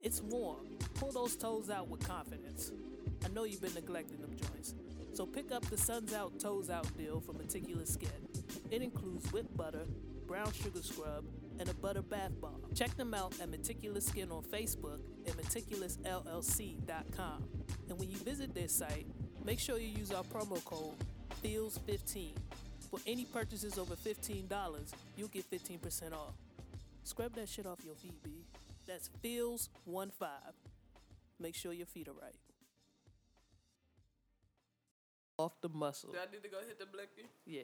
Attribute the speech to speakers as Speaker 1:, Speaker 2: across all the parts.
Speaker 1: It's warm. Pull those toes out with confidence. I know you've been neglecting them joints. So pick up the Suns Out Toes Out deal from Meticulous Skin. It includes whipped butter, brown sugar scrub, and a butter bath bomb. Check them out at Meticulous Skin on Facebook and meticulousllc.com. And when you visit their site, make sure you use our promo code FEELS15. For any purchases over $15, you'll get 15% off. Scrub that shit off your feet, B. That's FEELS15. Make sure your feet are right. Off the muscle.
Speaker 2: Do I need to go hit the blicky?
Speaker 1: Yeah.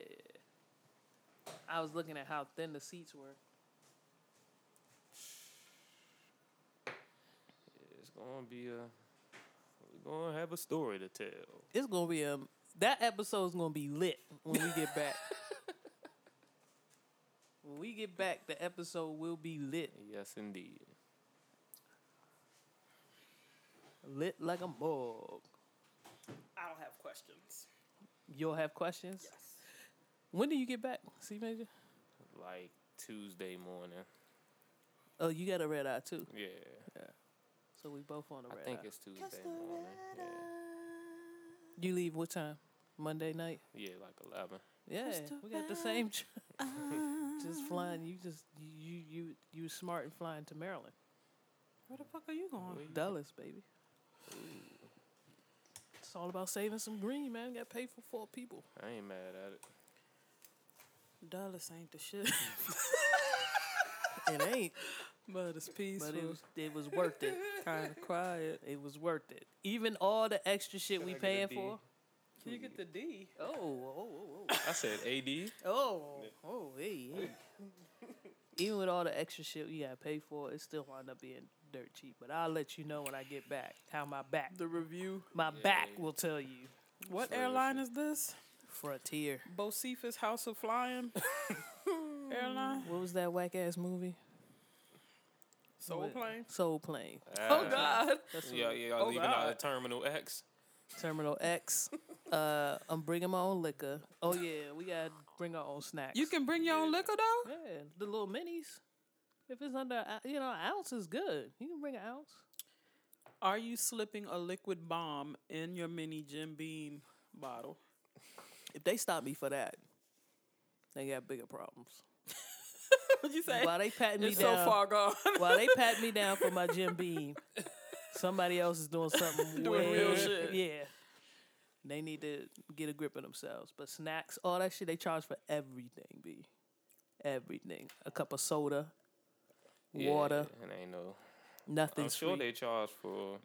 Speaker 1: I was looking at how thin the seats were.
Speaker 3: It's gonna be a. We're gonna have a story to tell.
Speaker 1: It's gonna be um that episode's gonna be lit when we get back. when we get back, the episode will be lit.
Speaker 3: Yes, indeed.
Speaker 1: Lit like a mug.
Speaker 2: I don't have questions.
Speaker 1: You'll have questions?
Speaker 2: Yes.
Speaker 1: When do you get back? See major?
Speaker 3: Like Tuesday morning.
Speaker 1: Oh, you got a red eye too.
Speaker 3: Yeah.
Speaker 1: So we both on a
Speaker 3: I
Speaker 1: red
Speaker 3: think
Speaker 1: eye.
Speaker 3: it's Tuesday morning. Yeah.
Speaker 1: You leave what time? Monday night?
Speaker 3: yeah, like eleven.
Speaker 1: Yeah, we got the same. Tr- just flying. You just you you you you smart and flying to Maryland,
Speaker 2: Where the fuck are you going?
Speaker 1: Dulles, baby. It's all about saving some green, man. Got paid for four people.
Speaker 3: I ain't mad at it.
Speaker 2: Dallas ain't the shit,
Speaker 1: It ain't,
Speaker 2: but it's peaceful.
Speaker 1: but it was it was worth it.
Speaker 2: kind of quiet.
Speaker 1: It was worth it. Even all the extra shit
Speaker 3: Can
Speaker 1: we
Speaker 3: I get a
Speaker 1: paying
Speaker 3: D?
Speaker 1: for.
Speaker 2: Can you get the D?
Speaker 1: Oh, oh, oh,
Speaker 3: I said AD.
Speaker 1: oh, oh, oh, hey, hey. Even with all the extra shit we gotta pay for, it still wound up being dirt cheap. But I'll let you know when I get back how my back,
Speaker 2: The review.
Speaker 1: my back
Speaker 3: Yay.
Speaker 1: will tell you.
Speaker 2: What
Speaker 3: Sorry,
Speaker 2: airline is this?
Speaker 1: Frontier.
Speaker 2: Bocephus House of Flying airline.
Speaker 1: What was that whack ass movie?
Speaker 2: Soul
Speaker 1: What?
Speaker 2: plane.
Speaker 1: Soul Plane.
Speaker 2: Oh
Speaker 3: Ah.
Speaker 2: God.
Speaker 1: That's
Speaker 3: Yeah,
Speaker 1: what-
Speaker 3: yeah,
Speaker 2: Oh,
Speaker 3: leaving out
Speaker 2: God.
Speaker 3: of Terminal X.
Speaker 1: Terminal X. Uh, I'm bringing my own liquor. Oh yeah, we gotta bring our own snacks.
Speaker 2: You can bring your own liquor though.
Speaker 1: Yeah, the little minis. If it's under, a- you know, an ounce is good. You can bring an ounce.
Speaker 2: Are you slipping a liquid bomb in your mini Jim Beam bottle?
Speaker 1: If they stop me for that, they got bigger problems.
Speaker 2: What'd you say?
Speaker 1: While they patting me
Speaker 2: It's so
Speaker 1: down,
Speaker 2: far gone.
Speaker 1: while they pat me down for my Jim Beam, somebody else is doing something
Speaker 2: Doing real
Speaker 1: way-
Speaker 2: shit.
Speaker 1: Yeah. They need to get a grip of themselves. But snacks, all that shit, they charge for everything, B. Everything. A cup of soda,
Speaker 3: Yeah,
Speaker 1: water,
Speaker 3: And ain't no.
Speaker 1: nothing
Speaker 2: Oh,
Speaker 3: I'm sure
Speaker 1: sweet.
Speaker 3: they charge for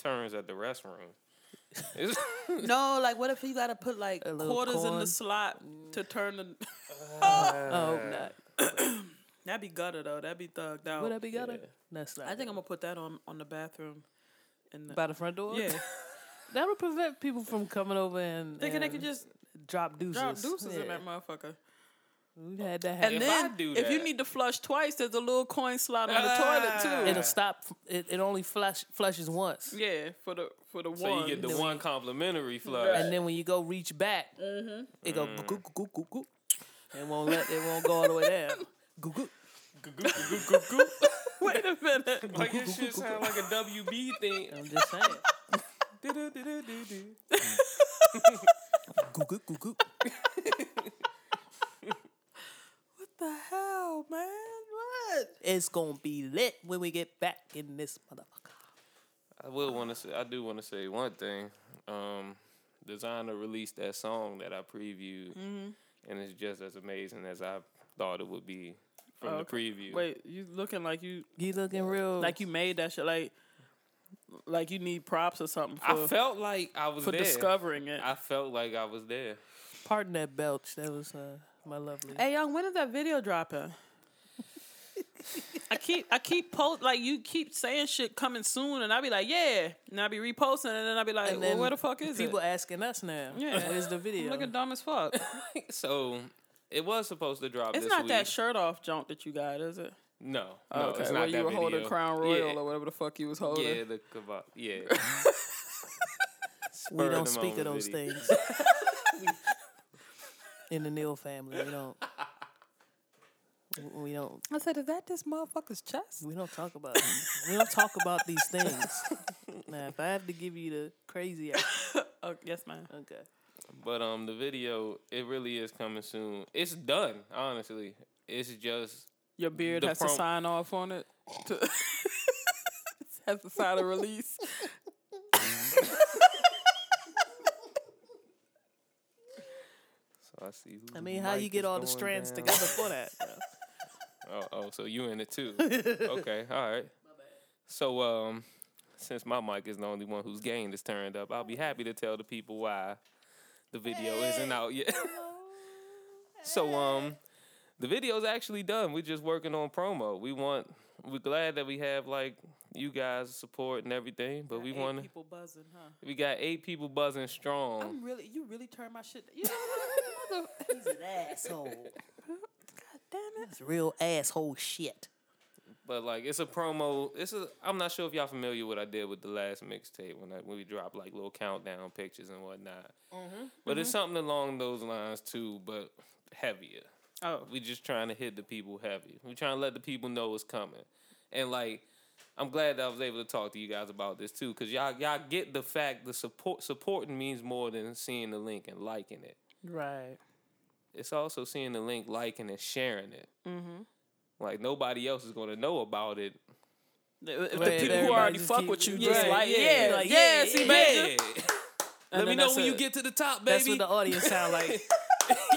Speaker 3: turns at the restroom. It's-
Speaker 2: no, like what if you gotta put like
Speaker 1: A little
Speaker 2: quarters in
Speaker 1: corn.
Speaker 2: the slot to turn the?
Speaker 1: I hope Oh, not.
Speaker 2: Uh, That'd be gutter though. That'd be thugged out.
Speaker 1: Would that be gutter?
Speaker 3: Yeah.
Speaker 1: That's not.
Speaker 2: I think
Speaker 1: good.
Speaker 2: I'm gonna put that on on the bathroom. And
Speaker 1: by the front door.
Speaker 2: yeah,
Speaker 1: that would prevent people from coming over and
Speaker 2: thinking they
Speaker 1: and
Speaker 2: could just
Speaker 1: drop deuces.
Speaker 2: drop deuces in
Speaker 1: Yeah.
Speaker 2: that motherfucker.
Speaker 1: We've had that
Speaker 2: And
Speaker 1: happen.
Speaker 3: If
Speaker 2: then
Speaker 3: I do
Speaker 2: if you
Speaker 3: that- Ah.
Speaker 2: need to flush twice, there's a little coin slot on the toilet
Speaker 1: It'll stop. It, it only flush, flushes once.
Speaker 2: too. Yeah, for the for the
Speaker 3: so
Speaker 2: one.
Speaker 3: you get the
Speaker 1: Then
Speaker 3: one complimentary flush.
Speaker 1: And then when you go reach back, it go
Speaker 2: Mm-hmm.
Speaker 1: goo goo goo goo goo. It won't let. It won't go all the way down. Goo goo.
Speaker 3: Goo, goo, goo, goo, goo.
Speaker 2: Wait a minute.
Speaker 3: Like this shit sound like a WB thing.
Speaker 1: I'm just saying.
Speaker 3: Du-du-du-du-du-du.
Speaker 1: Goo goo goo goo.
Speaker 2: What the hell, Oh, man? What?
Speaker 1: It's gonna be lit when we get back in this motherfucker.
Speaker 3: I will want to say. I do want to say one thing. Um, Designer released that song that I previewed,
Speaker 2: Mm-hmm.
Speaker 3: and it's just as amazing as I thought it would be from
Speaker 2: Oh,
Speaker 3: the preview.
Speaker 2: Wait, you looking like you
Speaker 1: You looking real?
Speaker 2: like you made that shit like like you need props or something
Speaker 3: I
Speaker 2: for
Speaker 3: felt like I was
Speaker 2: for
Speaker 3: there.
Speaker 2: discovering it.
Speaker 3: I felt like I was there.
Speaker 1: pardon that belch. That was uh, my lovely.
Speaker 2: Hey young, when is that video dropping? I keep I keep post like you keep saying shit coming soon, and I be like, yeah, and I be reposting, and then I be like,
Speaker 1: And
Speaker 2: well,
Speaker 1: then
Speaker 2: where the fuck is
Speaker 1: People
Speaker 2: it?
Speaker 1: asking us now.
Speaker 2: Yeah.
Speaker 1: Where's the video?
Speaker 2: I'm looking dumb as fuck.
Speaker 3: So it was supposed to drop.
Speaker 2: It's
Speaker 3: this
Speaker 2: not
Speaker 3: week.
Speaker 2: that shirt off junk that you got, is it?
Speaker 3: no, no, it's
Speaker 2: where
Speaker 3: not
Speaker 2: you
Speaker 3: that
Speaker 2: were
Speaker 3: video.
Speaker 2: holding Crown Royal
Speaker 3: yeah.
Speaker 2: or whatever the fuck you was holding.
Speaker 3: Yeah, the kebab. Yeah.
Speaker 1: we
Speaker 3: Spur
Speaker 1: don't
Speaker 3: the
Speaker 1: speak of
Speaker 3: moment
Speaker 1: those
Speaker 3: video.
Speaker 1: things. In the Neal family, we don't. W- We don't.
Speaker 4: I said, is that this motherfucker's chest?
Speaker 1: We don't talk about. we don't talk about these things. Now, if I have to give you the crazy, out,
Speaker 2: Oh, yes, ma'am.
Speaker 1: okay.
Speaker 3: But um, the video it really is coming soon. It's done, honestly. It's just
Speaker 2: Your beard
Speaker 3: The
Speaker 2: has to
Speaker 3: prom-
Speaker 2: sign off on it. To has to sign a release.
Speaker 3: so I see.
Speaker 1: I mean, how you get all the strands together for that?
Speaker 3: Oh, oh, so you in it too? okay, all right. So um, since my mic is the only one whose gain is turned up, I'll be happy to tell the people why the video isn't out yet. so um, the video's actually done. We're just working on promo. We want. We're glad that we have like you guys support and everything, but we
Speaker 2: Eight
Speaker 3: want. to
Speaker 2: people buzzing, huh?
Speaker 3: We got eight people buzzing strong.
Speaker 2: I'm really, you really turned my shit. You know what? Mother-
Speaker 1: asshole.
Speaker 2: Damn it.
Speaker 1: It's real asshole shit.
Speaker 3: But like it's a promo. It's a. I'm not sure if y'all familiar what I did with the last mixtape when I, when we dropped like little countdown pictures and whatnot. But it's something along those lines too, but heavier.
Speaker 2: Oh,
Speaker 3: We just trying to hit the people heavy. We trying to let the people know it's coming. And like, I'm glad that I was able to talk to you guys about this too, cause y'all y'all get the fact the support supporting means more than seeing the link and liking it
Speaker 2: right.
Speaker 3: it's also seeing the link, liking, and sharing it. Mm-hmm. Like nobody else is gonna know about it.
Speaker 2: If the
Speaker 1: Right,
Speaker 2: people who
Speaker 1: everybody
Speaker 2: already
Speaker 1: just
Speaker 2: fuck
Speaker 1: keep-
Speaker 2: with you,
Speaker 1: Yeah,
Speaker 2: just like,
Speaker 1: yeah,
Speaker 2: yeah, yeah,
Speaker 1: like, yeah,
Speaker 2: see,
Speaker 1: yeah,
Speaker 2: baby.
Speaker 3: Let me
Speaker 2: then
Speaker 3: know
Speaker 2: that's
Speaker 3: when you
Speaker 2: it.
Speaker 3: get to the top, baby.
Speaker 1: That's what the audience sound like.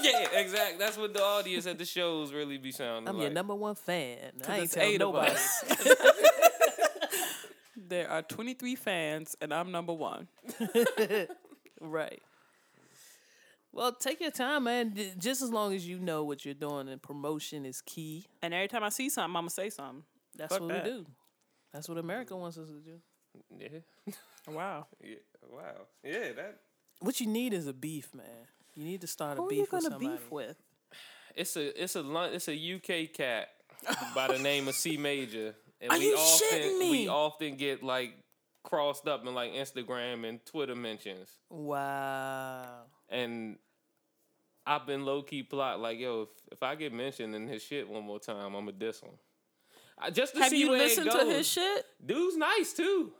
Speaker 3: yeah, exactly. That's what the audience at the shows really be sounding
Speaker 1: I'm
Speaker 3: like.
Speaker 1: your number one fan. I ain't
Speaker 2: it's
Speaker 1: telling
Speaker 2: eight of
Speaker 1: nobody.
Speaker 2: us. There are 23 fans, and I'm number one.
Speaker 1: Right. Well, take your time, man. J- Just as long as you know what you're doing and promotion is key.
Speaker 2: And every time I see something, I'm going to say something.
Speaker 1: That's
Speaker 2: Fuck
Speaker 1: what
Speaker 2: that.
Speaker 1: we do. That's what America wants us to do.
Speaker 3: yeah.
Speaker 2: Wow.
Speaker 3: yeah. Wow. Yeah. That.
Speaker 1: What you need is a beef, man. You need to start a
Speaker 2: Who are you
Speaker 1: beef
Speaker 2: going
Speaker 1: with
Speaker 2: to
Speaker 1: somebody.
Speaker 2: beef with?
Speaker 3: It's a. It's a. Lon- It's a UK cat by the name of C Major. And
Speaker 1: Are you
Speaker 3: often,
Speaker 1: shitting me?
Speaker 3: We often get like crossed up in like Instagram and Twitter mentions.
Speaker 1: Wow.
Speaker 3: and I've been low key plot like, yo, if, if I get mentioned in his shit one more time, I'ma diss him. I, just to
Speaker 2: Have
Speaker 3: see
Speaker 2: you
Speaker 3: where it
Speaker 2: listened to
Speaker 3: goes.
Speaker 2: his shit?
Speaker 3: Dude's nice too.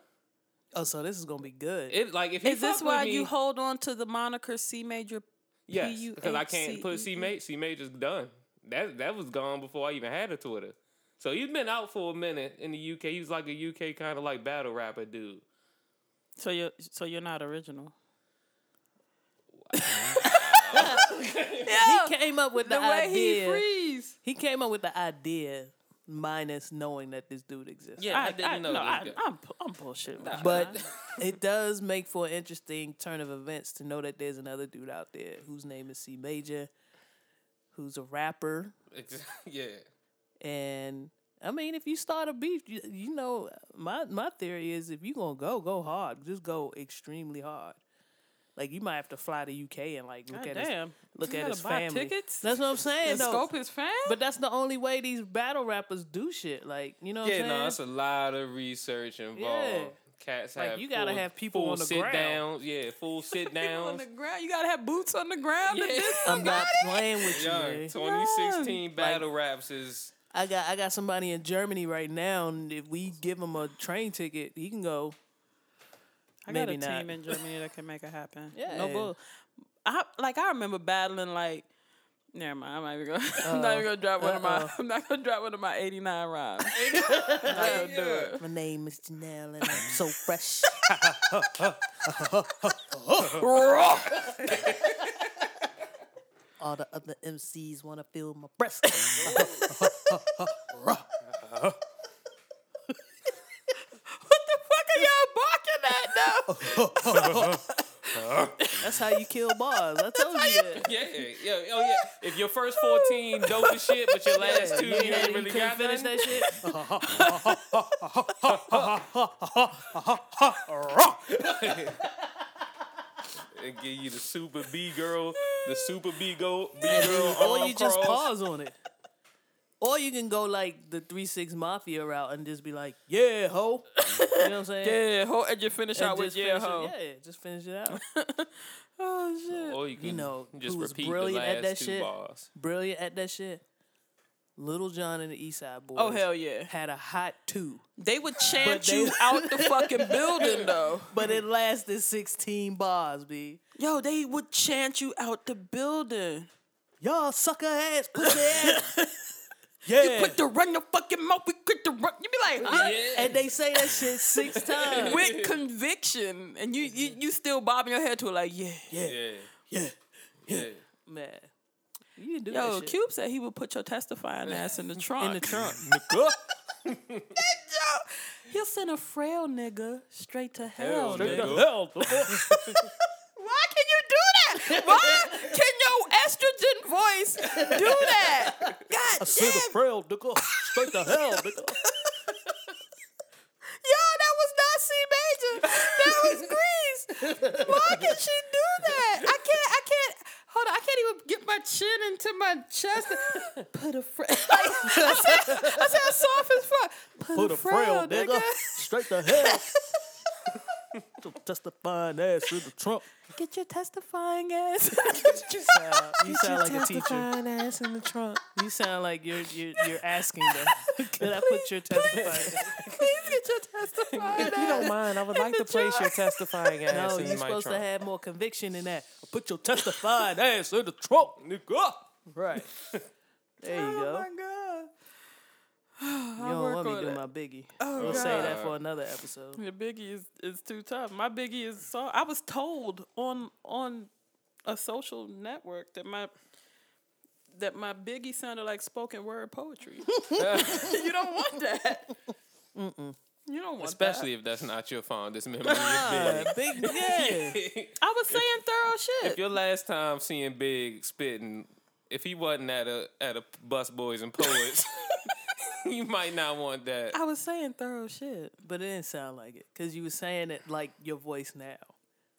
Speaker 1: Oh, so this is gonna be good.
Speaker 3: It like if he
Speaker 2: Is this
Speaker 3: fuck with
Speaker 2: why
Speaker 3: me,
Speaker 2: you hold on to the moniker C major?
Speaker 3: yes, because I
Speaker 2: P U H
Speaker 3: can't put C
Speaker 2: C E E?
Speaker 3: Mage. C Mage is done. That that was gone before I even had a Twitter. So he's been out for a minute in the UK. He was like a UK kind of like battle rapper dude.
Speaker 2: So you're so you're not original.
Speaker 1: he came up with the, idea. He,
Speaker 2: freeze.
Speaker 1: came up with the idea minus knowing that this dude exists.
Speaker 3: Yeah, I,
Speaker 2: I,
Speaker 3: didn't
Speaker 2: I-
Speaker 3: know
Speaker 2: no, I,
Speaker 3: this guy.
Speaker 2: I'm I'm bullshit. with
Speaker 1: But
Speaker 2: Uh-huh.
Speaker 1: it does make for an interesting turn of events to know that there's another dude out there whose name is C Major, who's a rapper.
Speaker 3: yeah,
Speaker 1: And I mean, if you start a beef, you, you know, my my theory is if you're gonna go, go hard. Just go extremely hard. Like you might have to fly to UK and like look
Speaker 2: God
Speaker 1: at his
Speaker 2: damam.
Speaker 1: look
Speaker 2: You
Speaker 1: at
Speaker 2: gotta
Speaker 1: his
Speaker 2: buy
Speaker 1: family.
Speaker 2: tickets?
Speaker 1: That's what I'm saying.
Speaker 2: and
Speaker 1: though.
Speaker 2: scope his fan.
Speaker 1: But that's the only way these battle rappers do shit. Like, you know what
Speaker 3: yeah.
Speaker 1: I'm
Speaker 3: No,
Speaker 1: saying?
Speaker 3: that's a lot of research involved. Cats
Speaker 1: Like,
Speaker 3: have
Speaker 1: you gotta
Speaker 3: full-
Speaker 1: have people
Speaker 3: full
Speaker 1: on the
Speaker 3: sit
Speaker 1: ground.
Speaker 3: downs. Yeah, full sit
Speaker 2: People on
Speaker 3: downs.
Speaker 2: the ground. You gotta have boots on the ground. to
Speaker 3: Yeah.
Speaker 2: do this.
Speaker 1: I'm not playing with you.
Speaker 3: Young,
Speaker 1: man.
Speaker 3: 2016 battle raps is
Speaker 1: I got I got somebody in Germany right now, and if we give him a train ticket, he can go.
Speaker 2: I got
Speaker 1: Maybe
Speaker 2: a
Speaker 1: not.
Speaker 2: team in Germany that can make it happen.
Speaker 1: Yeah.
Speaker 2: no bull. I like I remember battling like. Never mind. I'm not even gonna. I'm not even gonna drop one of my.
Speaker 1: Uh-oh.
Speaker 2: I'm not gonna drop one of my 89 rhymes.
Speaker 3: yeah.
Speaker 1: My name is Janelle, and I'm so fresh. All the other MCs want to feel my breasts.
Speaker 2: fuck are y'all barking at
Speaker 1: That's how you kill bars. I told you that.
Speaker 3: yeah, yeah, oh yeah. If your first 14 dope as shit, but your last two you
Speaker 1: Yeah,
Speaker 3: ain't
Speaker 1: you
Speaker 3: really
Speaker 1: couldn't
Speaker 3: got
Speaker 1: finish
Speaker 3: nothing.
Speaker 1: that shit.
Speaker 3: And give you the super B girl, the super B girl, B
Speaker 1: And
Speaker 3: girl.
Speaker 1: then- or
Speaker 3: arm
Speaker 1: you just
Speaker 3: cross.
Speaker 1: pause on it. Or you can go like the three six mafia route and just be like, yeah, ho. You know what I'm saying?
Speaker 2: Yeah, ho, and you finish
Speaker 1: And
Speaker 2: out with
Speaker 1: just
Speaker 2: yeah,
Speaker 1: finish it-
Speaker 2: ho.
Speaker 1: yeah, just finish it out.
Speaker 2: Oh shit.
Speaker 3: Or you can
Speaker 1: know
Speaker 3: just
Speaker 1: who was
Speaker 3: repeat the
Speaker 1: brilliant at
Speaker 3: last
Speaker 1: that
Speaker 3: two
Speaker 1: shit?
Speaker 3: bars.
Speaker 1: Brilliant at that shit. Little John and the East Side Boys.
Speaker 2: Oh hell yeah!
Speaker 1: Had a hot two,
Speaker 2: They would chant
Speaker 1: they-
Speaker 2: you out the fucking building though.
Speaker 1: but it lasted sixteen bars, b.
Speaker 2: Yo, they would chant you out the building.
Speaker 1: Y'all sucker ass, pussy ass. yeah.
Speaker 2: Quick to run your fucking mouth. We quick to run. You be like, huh?
Speaker 1: And they say that shit six times.
Speaker 2: With conviction, and you, you you still bobbing your head to it like, yeah.
Speaker 3: Yeah. Yeah. Yeah.
Speaker 1: Man, you didn't do
Speaker 2: Yo,
Speaker 1: that shit.
Speaker 2: Cube said he would put your testifying ass in the trunk.
Speaker 1: in the trunk.
Speaker 2: He'll send a frail nigga straight to hell.
Speaker 3: Hell,
Speaker 2: nigga.
Speaker 3: nigga.
Speaker 2: Why can you do that? Why can your estrogen voice do that? God damn,
Speaker 1: frail nigga straight to hell, nigga.
Speaker 2: yo, that was not C major. That was Grease. Why can she do that? I can't. I can't. Hold on, I can't even get my chin into my chest. Put a frail. I said, I said, soft as fuck. Put, a, frail, nigga.
Speaker 1: straight to hell. Testifying ass through the trunk.
Speaker 2: Get your testifying ass.
Speaker 1: You sound like a teacher.
Speaker 5: ass in the trunk.
Speaker 1: You sound like you're you're, you're asking them. Did I put your testifying?
Speaker 2: Please get your testifying ass.
Speaker 5: If you don't mind, I would like to place your testifying ass
Speaker 1: No,
Speaker 5: in
Speaker 1: you're
Speaker 5: my
Speaker 1: supposed
Speaker 5: trunk.
Speaker 1: to have more conviction than that. Put your
Speaker 3: Fine ass in the trunk, nigga.
Speaker 1: right. There
Speaker 5: Oh
Speaker 1: you go.
Speaker 2: Oh, God.
Speaker 1: you don't
Speaker 2: work
Speaker 1: want me
Speaker 2: on
Speaker 1: to do
Speaker 2: it.
Speaker 1: my biggie.
Speaker 5: Oh
Speaker 1: we'll say that for another episode.
Speaker 2: Your biggie is, is too tough. My biggie is so. I was told on on a social network that my that my biggie sounded like spoken word poetry. you don't want that. You don't want
Speaker 3: Especially if that's not your fondest memory. of
Speaker 1: big yeah.
Speaker 3: Big.
Speaker 2: that. I was saying thorough
Speaker 3: if
Speaker 2: shit.
Speaker 3: your last time seeing Big spitting, if he wasn't at a at a bus boys and poets, you might not want that.
Speaker 2: I was saying thorough shit.
Speaker 1: But it didn't sound like it because you were saying it like your voice now,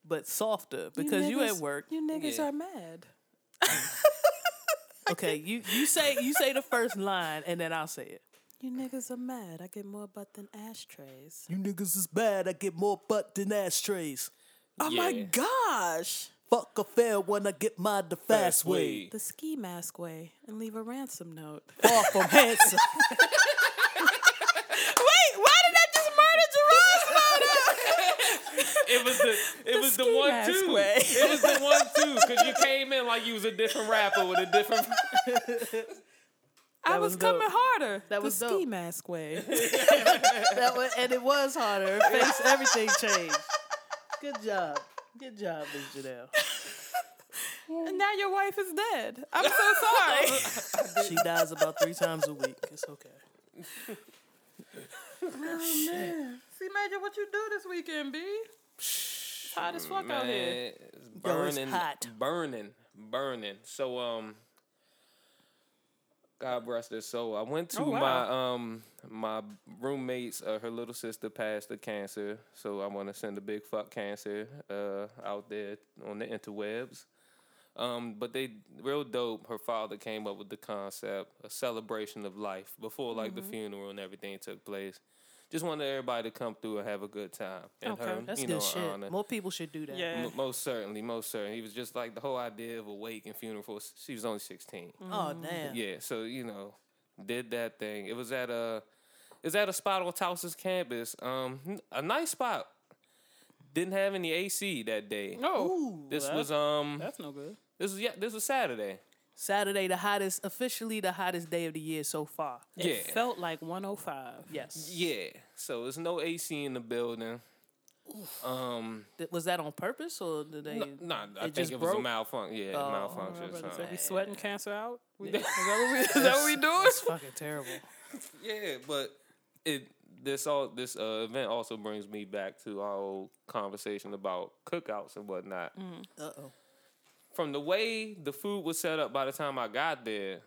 Speaker 1: but softer because you, at
Speaker 2: niggas-
Speaker 1: work.
Speaker 2: You niggas
Speaker 3: Yeah.
Speaker 2: are mad.
Speaker 1: Okay, you you say you say the first line and then I'll say it.
Speaker 2: You niggas are mad. I get more butt than ashtrays.
Speaker 1: You niggas is bad. I get more butt than ashtrays.
Speaker 2: Oh my
Speaker 3: Yeah.
Speaker 2: gosh.
Speaker 1: Fuck a fair when I get mine the fast way.
Speaker 2: The ski mask way and leave a ransom note.
Speaker 1: Far from handsome.
Speaker 2: Wait, why did I just murder Gerard's photo?
Speaker 3: It was the it was the
Speaker 2: ski
Speaker 3: one
Speaker 2: mask
Speaker 3: too.
Speaker 2: way.
Speaker 3: It was the one too because you came in like you was a different rapper with a different.
Speaker 2: I was,
Speaker 1: was dope.
Speaker 2: coming harder. That
Speaker 1: was
Speaker 2: the ski
Speaker 1: dope.
Speaker 2: mask way.
Speaker 1: that was, and it was harder. Her face, everything changed. Good job. Good job, Ms. Janelle.
Speaker 2: and now your wife is dead. I'm so sorry.
Speaker 1: She dies about three times a week. It's okay.
Speaker 2: See, Major, what you do this weekend, B? Hot as fuck out here.
Speaker 3: Man, it's burning,
Speaker 1: hot.
Speaker 3: burning, burning. So um, God bless their soul. I went to
Speaker 2: Oh, wow.
Speaker 3: my um my roommate's uh, her little sister passed the cancer, so I want to send a big fuck cancer uh out there on the interwebs. Um, but they real dope. Her father came up with the concept, a celebration of life before like the funeral and everything took place. Just wanted everybody to come through and have a good time. And
Speaker 2: Okay,
Speaker 3: her,
Speaker 1: That's
Speaker 3: you
Speaker 1: good
Speaker 3: know,
Speaker 1: shit.
Speaker 3: honor.
Speaker 1: More people should do that.
Speaker 2: Yeah.
Speaker 3: M- most certainly, most certainly. He was just like the whole idea of a wake and funeral. For, she was only sixteen.
Speaker 1: Oh damn.
Speaker 3: Yeah, so you know, did that thing. It was at a, it was at a spot on Towson's campus. Um, n- a nice spot. Didn't have any AC that day.
Speaker 1: Oh,
Speaker 2: No.
Speaker 3: This was um,
Speaker 2: That's no good.
Speaker 3: this was yeah, this was Saturday.
Speaker 1: Saturday, the hottest, officially the hottest day of the year so far.
Speaker 3: Yeah,
Speaker 2: Felt like 105.
Speaker 1: Yes.
Speaker 3: yeah. So there's no AC in the building. Um,
Speaker 1: Th- Was that on purpose or did they?
Speaker 3: n- nah, I
Speaker 1: just
Speaker 3: think it was
Speaker 1: broke? Oh,
Speaker 3: a malfunction. Yeah, malfunction. or
Speaker 2: So we
Speaker 3: something.
Speaker 2: sweating cancer out? We- Is that what we, is that what we doing?
Speaker 1: It's fucking terrible.
Speaker 3: Yeah, but it this all this uh, event also brings me back to our old conversation about cookouts and whatnot.
Speaker 1: Uh oh.
Speaker 3: From the way the food was set up by the time I got there,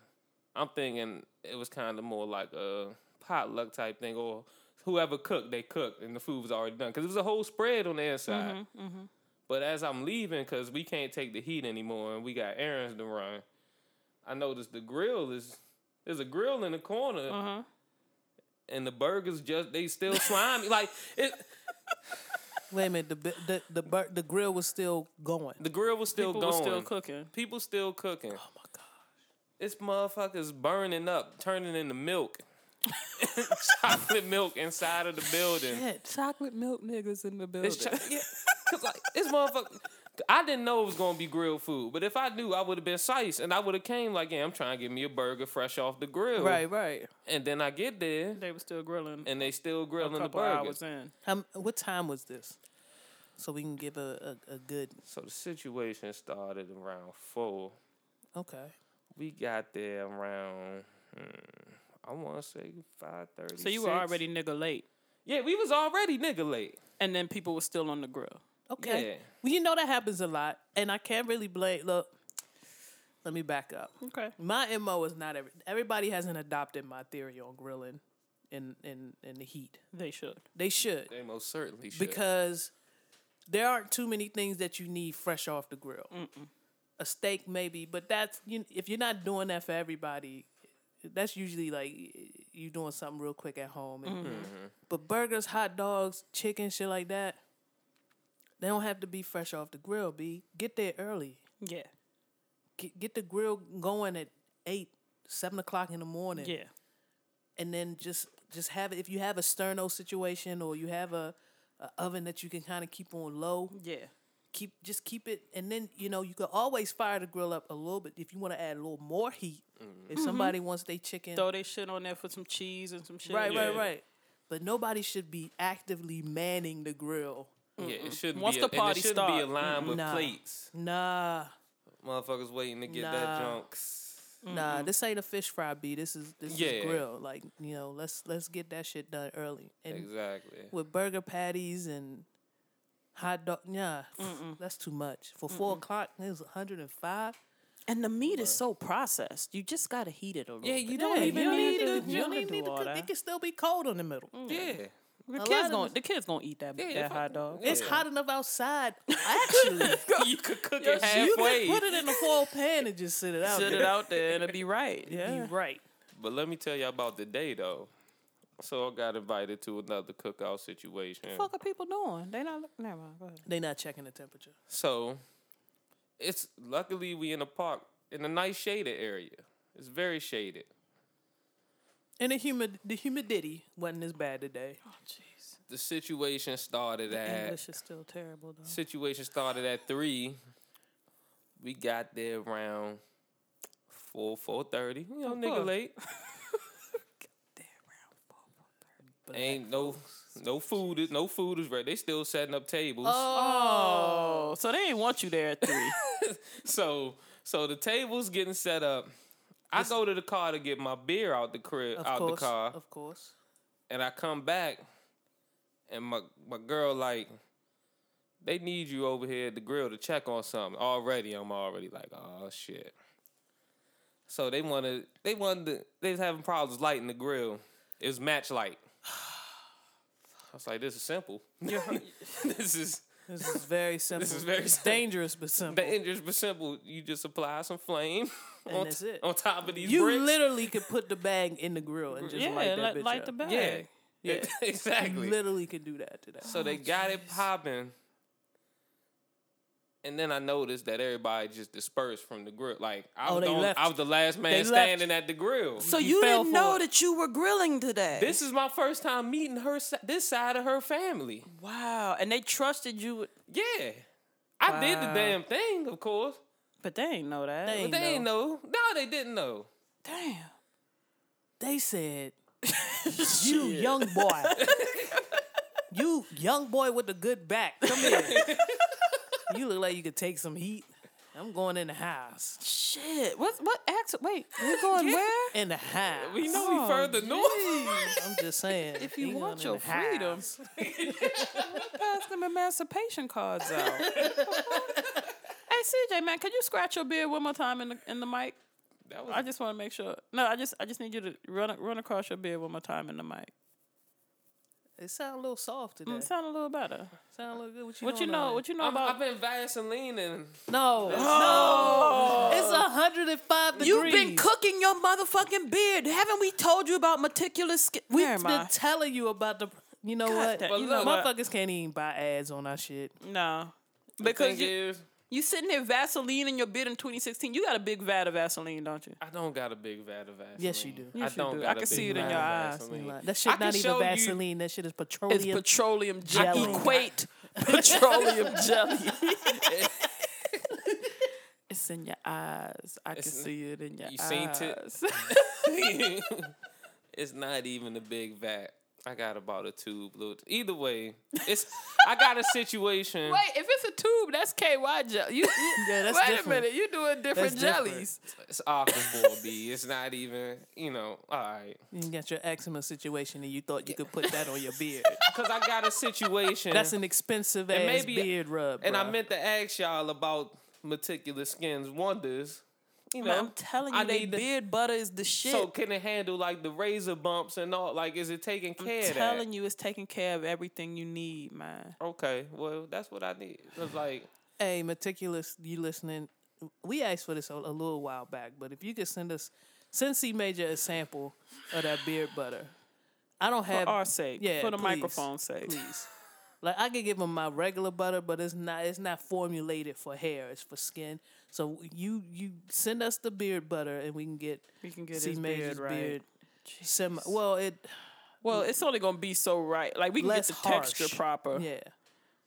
Speaker 3: I'm thinking it was kind of more like a potluck type thing, or whoever cooked, they cooked, and the food was already done because it was a whole spread on the inside. But as I'm leaving, because we can't take the heat anymore, and we got errands to run, I noticed the grill is there's a grill in the corner
Speaker 2: Uh-huh.
Speaker 3: and the burgers just they still slimy. like it,
Speaker 1: Wait a minute. The bi- the the, bur- the grill was still going.
Speaker 3: the grill was still
Speaker 2: People
Speaker 3: going.
Speaker 2: was still cooking.
Speaker 3: People still cooking.
Speaker 1: Oh my god.
Speaker 3: This motherfucker's burning up, turning into milk. Chocolate milk inside of the building.
Speaker 6: Chocolate milk niggas in the building.
Speaker 3: It's cho- yeah, cause like this motherfucker. I didn't know it was gonna be grilled food, but if I knew, I would have been sice and I would have came like, yeah, I'm trying to get me a burger fresh off the grill.
Speaker 6: right, right.
Speaker 3: And then I get there
Speaker 2: They were still grilling.
Speaker 3: and they still
Speaker 2: a
Speaker 3: grilling the
Speaker 2: couple
Speaker 3: burger.
Speaker 2: hours in.
Speaker 1: Um, what time was this? So we can give a, a, a good.
Speaker 3: So the situation started around four.
Speaker 1: Okay.
Speaker 3: We got there around. hmm, I want to say five thirty.
Speaker 2: So you were already nigga late,
Speaker 3: Yeah, we was already nigga late.
Speaker 2: and then people were still on the grill.
Speaker 1: Okay.
Speaker 3: Yeah.
Speaker 1: Well, you know that happens a lot, and I can't really blame. Look, let me back up.
Speaker 2: Okay.
Speaker 1: My mo is not every. Everybody hasn't adopted my theory on grilling, in in in the heat.
Speaker 2: They should.
Speaker 1: They should
Speaker 3: They most certainly should.
Speaker 1: because there aren't too many things that you need fresh off the grill. A steak maybe, but that's you, if you're not doing that for everybody. That's usually like you doing something real quick at home. And, But burgers, hot dogs, chicken, shit like that, they don't have to be fresh off the grill. B get there early.
Speaker 2: Yeah.
Speaker 1: Get, get the grill going at eight, seven o'clock in the morning
Speaker 2: Yeah.
Speaker 1: and then just just have it if you have a sterno situation or you have a, a oven that you can kind of keep on low
Speaker 2: Yeah.
Speaker 1: keep just keep it and then you know you can always fire the grill up a little bit if you want to add a little more heat if somebody wants their chicken
Speaker 2: Throw their shit on there for some cheese and some shit.
Speaker 1: right right
Speaker 3: Yeah.
Speaker 1: right but nobody should be actively manning the grill
Speaker 3: yeah, it shouldn't
Speaker 2: Once
Speaker 3: be.
Speaker 2: the
Speaker 3: a, and
Speaker 2: party
Speaker 3: it shouldn't be
Speaker 2: start.
Speaker 3: a line with
Speaker 1: Nah.
Speaker 3: plates.
Speaker 1: nah
Speaker 3: Motherfuckers waiting to get that
Speaker 1: Nah.
Speaker 3: junk.
Speaker 1: nah this ain't a fish fry b this is this
Speaker 3: Yeah.
Speaker 1: is grill like you know let's let's get that shit done early and
Speaker 3: Exactly.
Speaker 1: with burger patties and hot dog. Nah, that's too much. For 4 o'clock, it was 105.
Speaker 6: And the meat is so processed. You just gotta heat it a little.
Speaker 3: Yeah,
Speaker 6: bit.
Speaker 3: you don't even need to. Mm.
Speaker 1: You don't even
Speaker 2: do
Speaker 1: need to
Speaker 2: all
Speaker 1: cook.
Speaker 2: that.
Speaker 1: It can still be cold on the middle.
Speaker 2: Hmm.
Speaker 3: Yeah.
Speaker 2: The
Speaker 1: lot
Speaker 2: kids
Speaker 1: of
Speaker 2: gonna
Speaker 1: them-
Speaker 2: the kids gonna eat that,
Speaker 3: Yeah,
Speaker 2: that
Speaker 3: fuck-
Speaker 2: hot dog.
Speaker 1: It's
Speaker 3: Yeah.
Speaker 1: hot enough outside. Actually,
Speaker 3: you could cook
Speaker 2: Yo,
Speaker 3: it
Speaker 2: so you
Speaker 1: you
Speaker 3: halfway.
Speaker 1: can put it in a foil pan and just sit it out.
Speaker 2: Sit
Speaker 1: there.
Speaker 2: it out there and it'd be right. Yeah.
Speaker 1: You're right.
Speaker 3: But let me tell you about the day though. So I got invited to another cookout situation.
Speaker 2: What the fuck are people doing? They not looking. Never mind. Go ahead.
Speaker 1: They not checking the temperature.
Speaker 3: So it's luckily we in a park in a nice shaded area. It's very shaded.
Speaker 1: And the humid the humidity wasn't as bad today.
Speaker 2: Jeez.
Speaker 3: The situation started at
Speaker 2: English is still terrible though.
Speaker 3: situation started at three. We got there around four four thirty. You know, nigga
Speaker 2: course.
Speaker 3: late. Ain't no no food is no food is ready. They still setting up tables.
Speaker 2: Oh, so they ain't want you there at three.
Speaker 3: So so the table's getting set up. I go to the car to get my beer out the crib,
Speaker 1: Of
Speaker 3: out
Speaker 1: course,
Speaker 3: the car,
Speaker 1: of course.
Speaker 3: and I come back, and my my girl like, they need you over here at the grill to check on something. Already, I'm already like, oh shit. So they wanted, they wanted, to, they was having problems lighting the grill. It was match light. I was like, this is simple. this is
Speaker 1: This is very simple.
Speaker 3: is very
Speaker 1: It's
Speaker 3: simple.
Speaker 1: dangerous, but simple.
Speaker 3: the interest was simple. You just apply some flame
Speaker 1: And
Speaker 3: on,
Speaker 1: that's
Speaker 3: t-
Speaker 1: it.
Speaker 3: on top of these
Speaker 1: You
Speaker 3: bricks.
Speaker 1: literally could put the bag in the grill and just
Speaker 2: yeah,
Speaker 1: light that
Speaker 2: light,
Speaker 1: bitch
Speaker 2: light
Speaker 1: up.
Speaker 2: the bag.
Speaker 3: Yeah.
Speaker 1: Yeah.
Speaker 3: exactly.
Speaker 1: literally can do that today.
Speaker 3: so
Speaker 2: Oh,
Speaker 3: they got it popping. And then I noticed that everybody just dispersed from the grill. Like I
Speaker 1: Oh,
Speaker 3: was,
Speaker 1: they
Speaker 3: the only-
Speaker 1: left.
Speaker 3: I was the last man
Speaker 1: left.
Speaker 3: standing at the grill.
Speaker 6: So
Speaker 1: You
Speaker 6: you,
Speaker 1: fell
Speaker 6: didn't know
Speaker 1: for it.
Speaker 6: that you were grilling today.
Speaker 3: this is my first time meeting her si- this side of her family.
Speaker 2: Wow, and they trusted you, with-
Speaker 3: Yeah. I did the damn thing, of course.
Speaker 2: but they ain't know that.
Speaker 1: They
Speaker 3: But they ain't know. No, they didn't know.
Speaker 2: Damn.
Speaker 1: they said, "You young boy, you young boy with the good back, come here. you look like you could take some heat. I'm going in the house.
Speaker 6: Shit. What? What? Accent? Wait. We're going where?
Speaker 1: In the house.
Speaker 3: We know
Speaker 2: Oh,
Speaker 3: we further north.
Speaker 1: I'm just saying.
Speaker 6: If you
Speaker 1: he
Speaker 6: want
Speaker 1: going in
Speaker 6: your
Speaker 1: the house.
Speaker 6: freedom.
Speaker 2: Pass them emancipation cards out. hey CJ, man, could you scratch your beard one more time in the in the mic?
Speaker 3: that
Speaker 2: I
Speaker 3: was,
Speaker 2: just want to make sure. No, I just I just need you to run run across your beard one more time in the mic.
Speaker 1: it sound a little soft today.
Speaker 2: Mm, sound a little better.
Speaker 1: sound a little good. What you,
Speaker 2: What you
Speaker 1: doing
Speaker 2: know?
Speaker 1: down
Speaker 2: What you know
Speaker 3: I'm,
Speaker 2: about?
Speaker 3: I've been Vaseline and
Speaker 1: there? no,
Speaker 2: Oh.
Speaker 1: no. It's 105 degrees.
Speaker 6: You've been cooking your motherfucking beard. Haven't we told you about meticulous skin? We,
Speaker 2: Never
Speaker 1: I've
Speaker 2: mind.
Speaker 1: been telling you about the. You know what?
Speaker 2: that-
Speaker 1: You
Speaker 2: you
Speaker 1: know,
Speaker 2: know what?
Speaker 1: motherfuckers can't even buy ads on our shit.
Speaker 2: no,
Speaker 3: because
Speaker 2: because you,
Speaker 3: is,
Speaker 2: You sitting there Vaseline in your bid in 2016. You got a big vat of Vaseline, don't you?
Speaker 3: I don't got a big vat of Vaseline.
Speaker 1: Yes, you do.
Speaker 3: I
Speaker 2: Yes, you
Speaker 3: don't.
Speaker 2: do.
Speaker 3: Got
Speaker 2: I
Speaker 3: a
Speaker 2: can
Speaker 3: big
Speaker 2: see it in
Speaker 3: vat
Speaker 2: your
Speaker 3: of
Speaker 2: eyes.
Speaker 3: Vaseline.
Speaker 1: That
Speaker 2: I
Speaker 1: shit
Speaker 2: can
Speaker 1: not even
Speaker 2: show you-
Speaker 1: Vaseline. That shit is petroleum.
Speaker 2: It's petroleum
Speaker 1: jelly.
Speaker 2: jelly. I equate petroleum jelly. it's in your eyes. I
Speaker 3: It's
Speaker 2: can
Speaker 3: n-
Speaker 2: see it in your
Speaker 3: you
Speaker 2: eyes.
Speaker 3: seen tit- it's not even a big vat. I got about a tube. Little Either way, it's I got a situation.
Speaker 2: Wait, if it's a tube, that's KY jelly. You,
Speaker 1: Yeah, that's
Speaker 2: wait
Speaker 1: different.
Speaker 2: a minute, you're doing different
Speaker 1: That's different.
Speaker 2: jellies.
Speaker 3: It's Aquaboy B. It's not even, you know, all right.
Speaker 1: You got your eczema situation, and you thought you could put that on your beard.
Speaker 3: Because I got a situation.
Speaker 1: That's an expensive ass
Speaker 3: maybe-
Speaker 1: beard rub.
Speaker 3: and I
Speaker 1: bruh.
Speaker 3: meant to ask y'all about meticulous skins wonders. You know,
Speaker 2: I'm telling you,
Speaker 3: I
Speaker 2: they
Speaker 3: need to-
Speaker 2: beard butter is the shit.
Speaker 3: So can it handle like the razor bumps and all? Like, is it taking care of that?
Speaker 2: telling you, it's taking care of everything you need, man.
Speaker 3: Okay, well, that's what I need. It's like,
Speaker 1: Hey, meticulous, you listening? We asked for this a, a little while back, but if you could send us, send C Major a sample of that beard butter. I don't
Speaker 2: For
Speaker 1: have
Speaker 2: our sake,
Speaker 1: yeah,
Speaker 2: for the
Speaker 1: please,
Speaker 2: microphone's sake.
Speaker 1: please. Like I could give him my regular butter, but it's not it's not formulated for hair. It's for skin. So you you send us the beard butter, and we can get
Speaker 2: You can get
Speaker 1: C
Speaker 2: his
Speaker 1: Major's
Speaker 2: beard
Speaker 1: beard.
Speaker 2: right.
Speaker 1: semi- well, it
Speaker 2: Well, it's only gonna be so right. Like we can
Speaker 1: Less
Speaker 2: get the texture
Speaker 1: harsh.
Speaker 2: proper.
Speaker 1: yeah.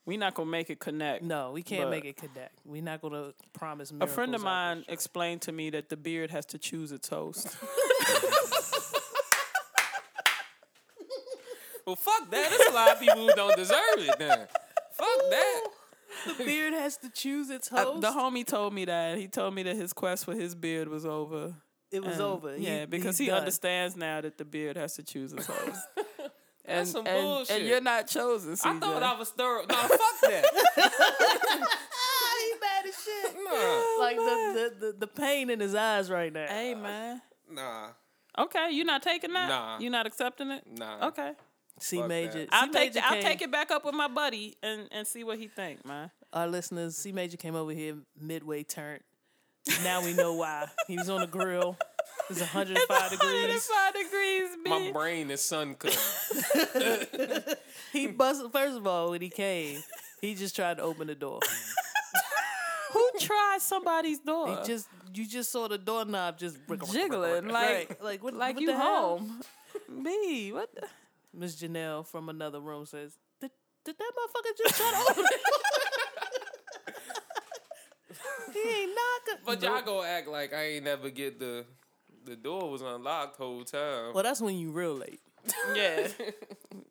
Speaker 2: We're not gonna make it connect.
Speaker 1: No, we can't
Speaker 2: But-
Speaker 1: make it connect. We're not gonna promise.
Speaker 2: A friend of
Speaker 1: miracles out
Speaker 2: mine explained to me that the beard has to choose its host.
Speaker 3: well, fuck that. There's a lot of people who don't deserve it. Then, fuck that.
Speaker 1: The beard has to choose its host.
Speaker 2: Uh, the homie told me that. He told me that his quest for his beard was over.
Speaker 1: it was
Speaker 2: And,
Speaker 1: over.
Speaker 2: Yeah, because
Speaker 1: he's
Speaker 2: he
Speaker 1: done.
Speaker 2: understands now that the beard has to choose its host. and,
Speaker 3: some
Speaker 2: and,
Speaker 3: bullshit.
Speaker 2: And you're not chosen. CJ.
Speaker 3: I thought I was thorough. No, fuck that.
Speaker 1: He mad as shit.
Speaker 3: Nah,
Speaker 1: Like the, the, the, the pain in his eyes right now.
Speaker 2: Hey man.
Speaker 3: nah,
Speaker 2: Okay, you're not taking that.
Speaker 3: Nah.
Speaker 2: You're not accepting it.
Speaker 3: nah.
Speaker 2: Okay,
Speaker 1: C
Speaker 3: fuck
Speaker 1: Major.
Speaker 3: that.
Speaker 2: I'll
Speaker 1: C
Speaker 2: take
Speaker 1: Major
Speaker 2: I'll
Speaker 1: came-
Speaker 2: take it back up with my buddy and and see what he think, man.
Speaker 1: Our listeners, C Major came over here midway turn. Now we know why. he was on the grill. It was 105 degrees.
Speaker 2: 105 degrees,
Speaker 3: My
Speaker 2: bitch.
Speaker 3: brain is sun cooked.
Speaker 1: He busted. First of all, when he came, he just tried to open the door.
Speaker 2: Who tried somebody's
Speaker 1: He
Speaker 2: door?
Speaker 1: just you just saw the doorknob just
Speaker 2: jiggling like
Speaker 1: Right. like what,
Speaker 2: like
Speaker 1: what
Speaker 2: you
Speaker 1: the hell?
Speaker 2: home. Me, what? The-
Speaker 1: Miss Janelle from another room says, "Did, did that motherfucker just try to open it?" he ain't knocking.
Speaker 3: But y'all go act like I ain't never get the the door was unlocked whole time.
Speaker 1: Well, that's when you real late.
Speaker 2: yeah,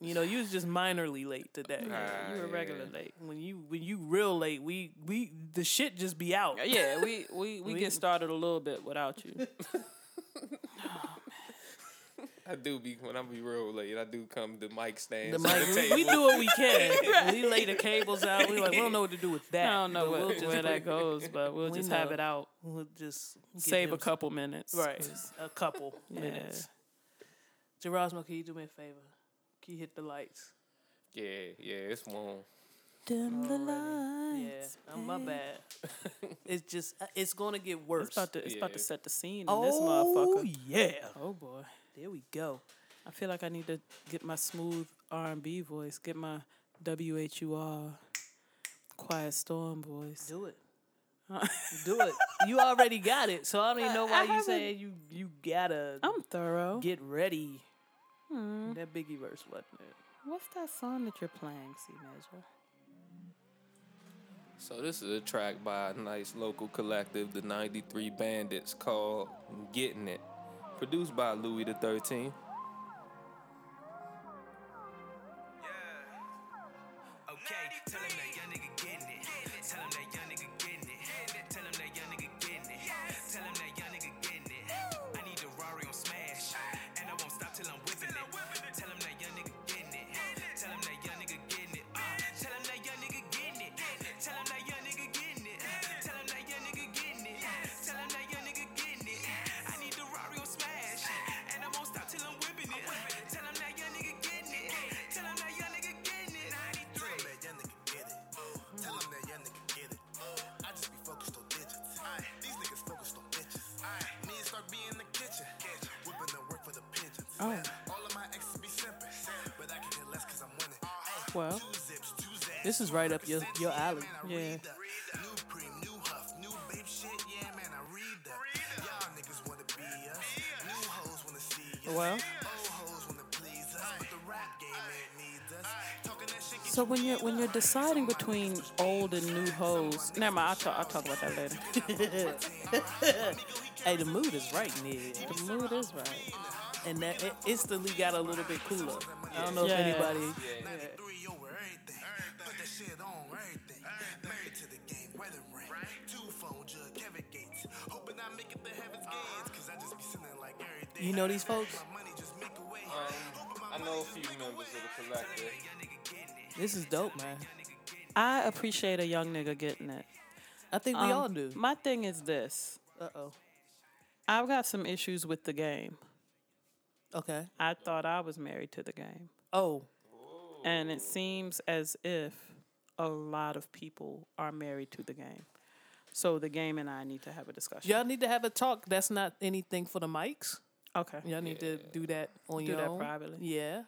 Speaker 1: You know, you was just minorly late today.
Speaker 3: Ah,
Speaker 2: you were
Speaker 3: yeah.
Speaker 2: regular late.
Speaker 1: When you when you real late, we we the shit just be out.
Speaker 2: Yeah, we we we get started a little bit without you.
Speaker 3: I do be when I be real late. I do come to mic stands.
Speaker 1: The
Speaker 3: to
Speaker 1: mic, we,
Speaker 3: the
Speaker 1: we
Speaker 3: table.
Speaker 1: do what we can. We lay the cables out. We like we don't know what to do with that.
Speaker 2: I don't know
Speaker 1: but
Speaker 2: what,
Speaker 1: we'll just
Speaker 2: where
Speaker 1: bring-
Speaker 2: that goes, but we'll
Speaker 1: We
Speaker 2: just have
Speaker 1: know.
Speaker 2: it out.
Speaker 1: We'll just get
Speaker 2: Save
Speaker 1: him
Speaker 2: a couple minutes.
Speaker 1: some- right a couple
Speaker 2: Yeah.
Speaker 1: minutes. Gerasmo, can you do me a favor? Can you hit the lights?
Speaker 3: Yeah, yeah, it's warm.
Speaker 2: Dim the
Speaker 1: Yeah,
Speaker 2: lights.
Speaker 1: oh, my bad. it's just uh, it's gonna get worse.
Speaker 2: It's about to it's about to
Speaker 3: Yeah.
Speaker 2: set the scene in this
Speaker 1: oh
Speaker 2: motherfucker.
Speaker 1: yeah,
Speaker 2: Oh boy.
Speaker 1: there we go.
Speaker 2: I feel like I need to get my smooth R and B voice, get my W H U R Quiet Storm voice.
Speaker 1: Do it, do it. You already got it, so I Oh. don't even know why
Speaker 2: I
Speaker 1: you
Speaker 2: haven't-
Speaker 1: saying you you gotta
Speaker 2: I'm thorough.
Speaker 1: get ready. That Biggie verse wasn't it?
Speaker 2: What's that song that you're playing, C Major?
Speaker 3: So this is a track by a nice local collective, the 93 Bandits, called Getting It. Produced by Louis the 13th.
Speaker 7: Okay, tell him that young nigga getting it. Tell him that young nigga getting it. Tell him that young nigga getting it. Tell him that young nigga getting it. I need a Rari on smash, and I won't stop till I'm whipping it. Tell him that young nigga getting it. Tell him that young nigga getting it. Uh, Tell him that young nigga getting it. Tell him that young nigga getting it. Tell him that young nigga getting it. Tell him that young nigga getting it. I need the Rari on smash, and I won't stop till I'm whipping it. Tell him that young nigga getting it. Tell him that young nigga getting it. 93.
Speaker 8: Tell 'em that young nigga get it. Tell 'em that young nigga get it. I just be focused on digits. These niggas focused on bitches. Me and Stark be in the kitchen. Whipping the work for the pigeons.
Speaker 2: Oh.
Speaker 8: All of my exes be simping. But I can get less cause I'm winning.
Speaker 2: Well,
Speaker 8: Two zips, two zaps.
Speaker 1: This is right up your your alley.
Speaker 8: Man, I
Speaker 2: Yeah.
Speaker 8: read the new prim, new
Speaker 2: Well,
Speaker 8: Old hoes wanna please us, but the rap game ain't needs us. Talking that shit,
Speaker 2: so when you're when you're deciding between old and new hoes, never mind. I'll talk, I'll talk about that later.
Speaker 1: Hey, the mood is right, Ned.
Speaker 2: The mood is right.
Speaker 1: And that it instantly got a little bit cooler. I don't know
Speaker 2: Yeah.
Speaker 1: if anybody.
Speaker 8: three over everything. Put that shit on everything. Married to the game, weather ring. Two phone jug, Kevin Gates. Hoping I make it to heaven's gates, cause I just be sending like everything.
Speaker 1: You know these folks?
Speaker 8: My money just make a way.
Speaker 3: I know a few members of the collective.
Speaker 1: This is dope, man.
Speaker 2: I appreciate a young nigga getting it.
Speaker 1: I think we
Speaker 2: Um,
Speaker 1: all do.
Speaker 2: My thing is this:
Speaker 1: Uh oh.
Speaker 2: I've got some issues with the game.
Speaker 1: Okay.
Speaker 2: I thought I was married to the game,
Speaker 1: Oh,
Speaker 2: and it seems as if a lot of people are married to the game. So the game and I need to have a discussion.
Speaker 1: y'all need to have a talk. That's not anything for the mics.
Speaker 2: Okay.
Speaker 1: Y'all need to do that on
Speaker 2: Do
Speaker 1: your
Speaker 2: that
Speaker 1: own.
Speaker 2: privately.
Speaker 1: Yeah.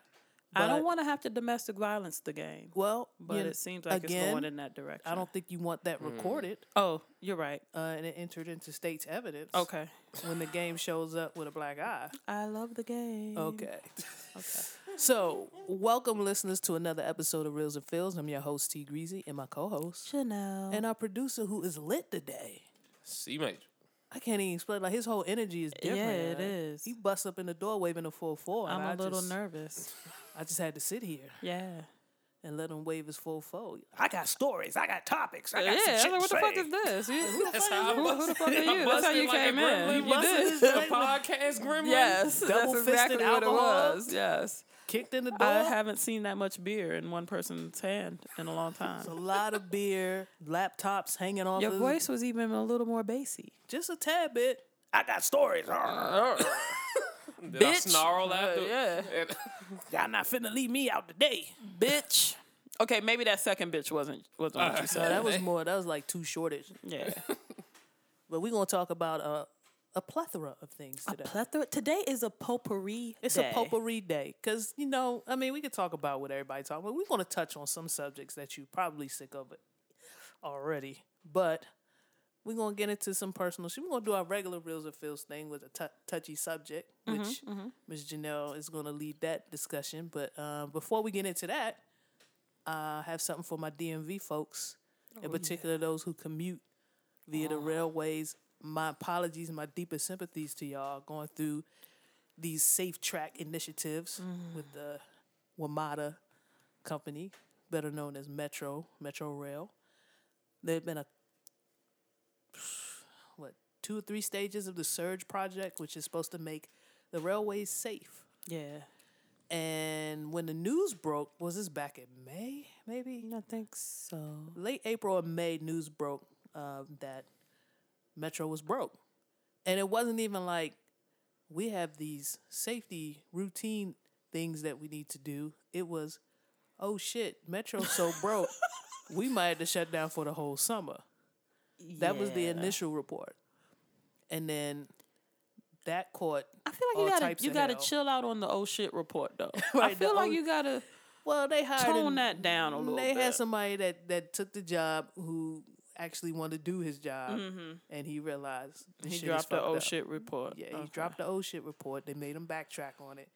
Speaker 2: I
Speaker 1: But-
Speaker 2: don't want to have to domestic violence the game,
Speaker 1: Well,
Speaker 2: but
Speaker 1: you-
Speaker 2: it seems like it's
Speaker 1: again,
Speaker 2: going in Hmm. that direction.
Speaker 1: I don't think you want that recorded
Speaker 2: Oh, you're right.
Speaker 1: uh, and it entered into state's evidence.
Speaker 2: Okay.
Speaker 1: When the game shows up with a black eye.
Speaker 2: I love the game.
Speaker 1: Okay. okay. So, welcome listeners to another episode of Reels and Fills. I'm your host T Greasy and my co-host
Speaker 2: Chanel.
Speaker 1: and our producer who is lit today.
Speaker 3: C major.
Speaker 1: I can't even explain. Like his whole energy is different.
Speaker 2: Yeah, it
Speaker 1: man.
Speaker 2: is.
Speaker 1: He busts up in the door waving a full four. and
Speaker 2: I'm
Speaker 1: I
Speaker 2: a little
Speaker 1: just,
Speaker 2: nervous.
Speaker 1: I just had to sit here
Speaker 2: Yeah.
Speaker 1: and let him wave his full four. I got stories. I got topics. I got
Speaker 2: Yeah.
Speaker 1: some shit
Speaker 2: I was like, what
Speaker 1: to
Speaker 2: the fuck
Speaker 1: say.
Speaker 2: is this? You, who, the fuck
Speaker 3: how I
Speaker 2: is- who, who the fuck are you? That's how
Speaker 3: busted
Speaker 2: you
Speaker 3: like a
Speaker 2: came
Speaker 3: gremlin.
Speaker 2: in. You
Speaker 1: Busted
Speaker 2: did.
Speaker 1: his way
Speaker 3: The podcast gremlin.
Speaker 2: Yes.
Speaker 1: Double
Speaker 2: That's
Speaker 1: fisted
Speaker 2: exactly what it
Speaker 1: alcohol.
Speaker 2: was. Yes.
Speaker 1: Kicked in the door.
Speaker 2: I haven't seen that much beer in one person's hand in a long time.
Speaker 1: a lot of beer, laptops hanging off
Speaker 2: Your
Speaker 1: his-
Speaker 2: voice was even a little more bassy.
Speaker 1: just a tad bit. I got stories. Y'all
Speaker 3: Did I snarl after?
Speaker 2: yeah.
Speaker 1: not finna leave me out today.
Speaker 2: bitch. Uh-huh. Okay, maybe that second bitch wasn't wasn't what you
Speaker 1: No,
Speaker 2: said.
Speaker 1: that was more. That was like too shortish.
Speaker 2: Yeah.
Speaker 1: But we're gonna talk about a a plethora of things today.
Speaker 2: Plethora. Today is a potpourri.
Speaker 1: it's a potpourri day because you know. I mean, we could talk about what everybody talking. about. We're gonna touch on some subjects that you probably sick of it already, but. We're gonna get into some personal shit. We're gonna do our regular reels and feels thing with a tou- touchy subject, which Ms. Janelle is gonna lead that discussion. But um, before we get into that, I have something for my DMV folks, in particular those who commute via the railways. My apologies, and my deepest sympathies to y'all going through these safe track initiatives with the WMATA company, better known as Metro, Metro Rail. There have been a what two or three stages of the surge project, which is supposed to make the railways safe.
Speaker 2: Yeah.
Speaker 1: And when the news broke, was this back in May, maybe?
Speaker 2: I think so.
Speaker 1: late April or May, news broke um, that Metro was broke, and it wasn't even like we have these safety routine things that we need to do. It was, oh shit, Metro's so broke, we might have to shut down for the whole summer. That was the initial report, and then that caught.
Speaker 2: I feel like you
Speaker 1: all
Speaker 2: gotta
Speaker 1: types
Speaker 2: you
Speaker 1: of
Speaker 2: gotta
Speaker 1: hell.
Speaker 2: chill out on the old shit report though. I
Speaker 1: Right, the
Speaker 2: feel like
Speaker 1: old-
Speaker 2: you gotta
Speaker 1: Well, they hired
Speaker 2: tone
Speaker 1: an-
Speaker 2: that down a little
Speaker 1: they
Speaker 2: bit.
Speaker 1: had somebody that that took the job who actually wanted to do his job, and he realized the
Speaker 2: Mm-hmm. he
Speaker 1: shit is
Speaker 2: dropped the
Speaker 1: fucked
Speaker 2: old
Speaker 1: up.
Speaker 2: shit report.
Speaker 1: Yeah, he
Speaker 2: Okay.
Speaker 1: dropped the old shit report. They made him backtrack on it.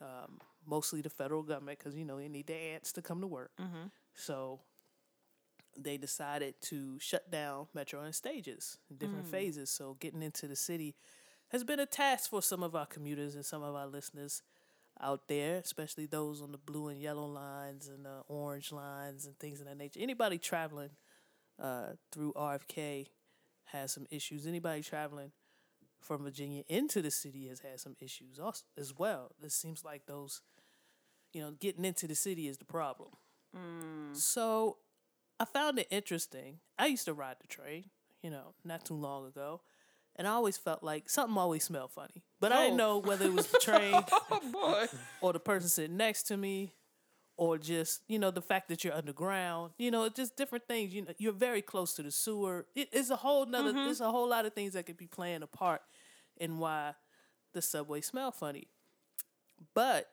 Speaker 1: Um, mostly the federal government, because you know they need their ants to come to work.
Speaker 2: Mm-hmm.
Speaker 1: So they decided to shut down Metro in stages, in
Speaker 2: Hmm.
Speaker 1: different phases. So getting into the city has been a task for some of our commuters and some of our listeners out there, especially those on the blue and yellow lines and the orange lines and things of that nature. Anybody traveling uh, through RFK has some issues. Anybody traveling from Virginia into the city has had some issues also, as well. It seems like those, you know, getting into the city is the problem. So I found it interesting. I used to ride the train, you know, not too long ago. And I always felt like something always smelled funny. But I didn't know whether it was the train or the person sitting next to me or just, you know, the fact that you're underground. You know, it's just different things. You know, you're very close to the sewer. It, it's a whole nother it's a whole lot of things that could be playing a part in why the subway smelled funny. But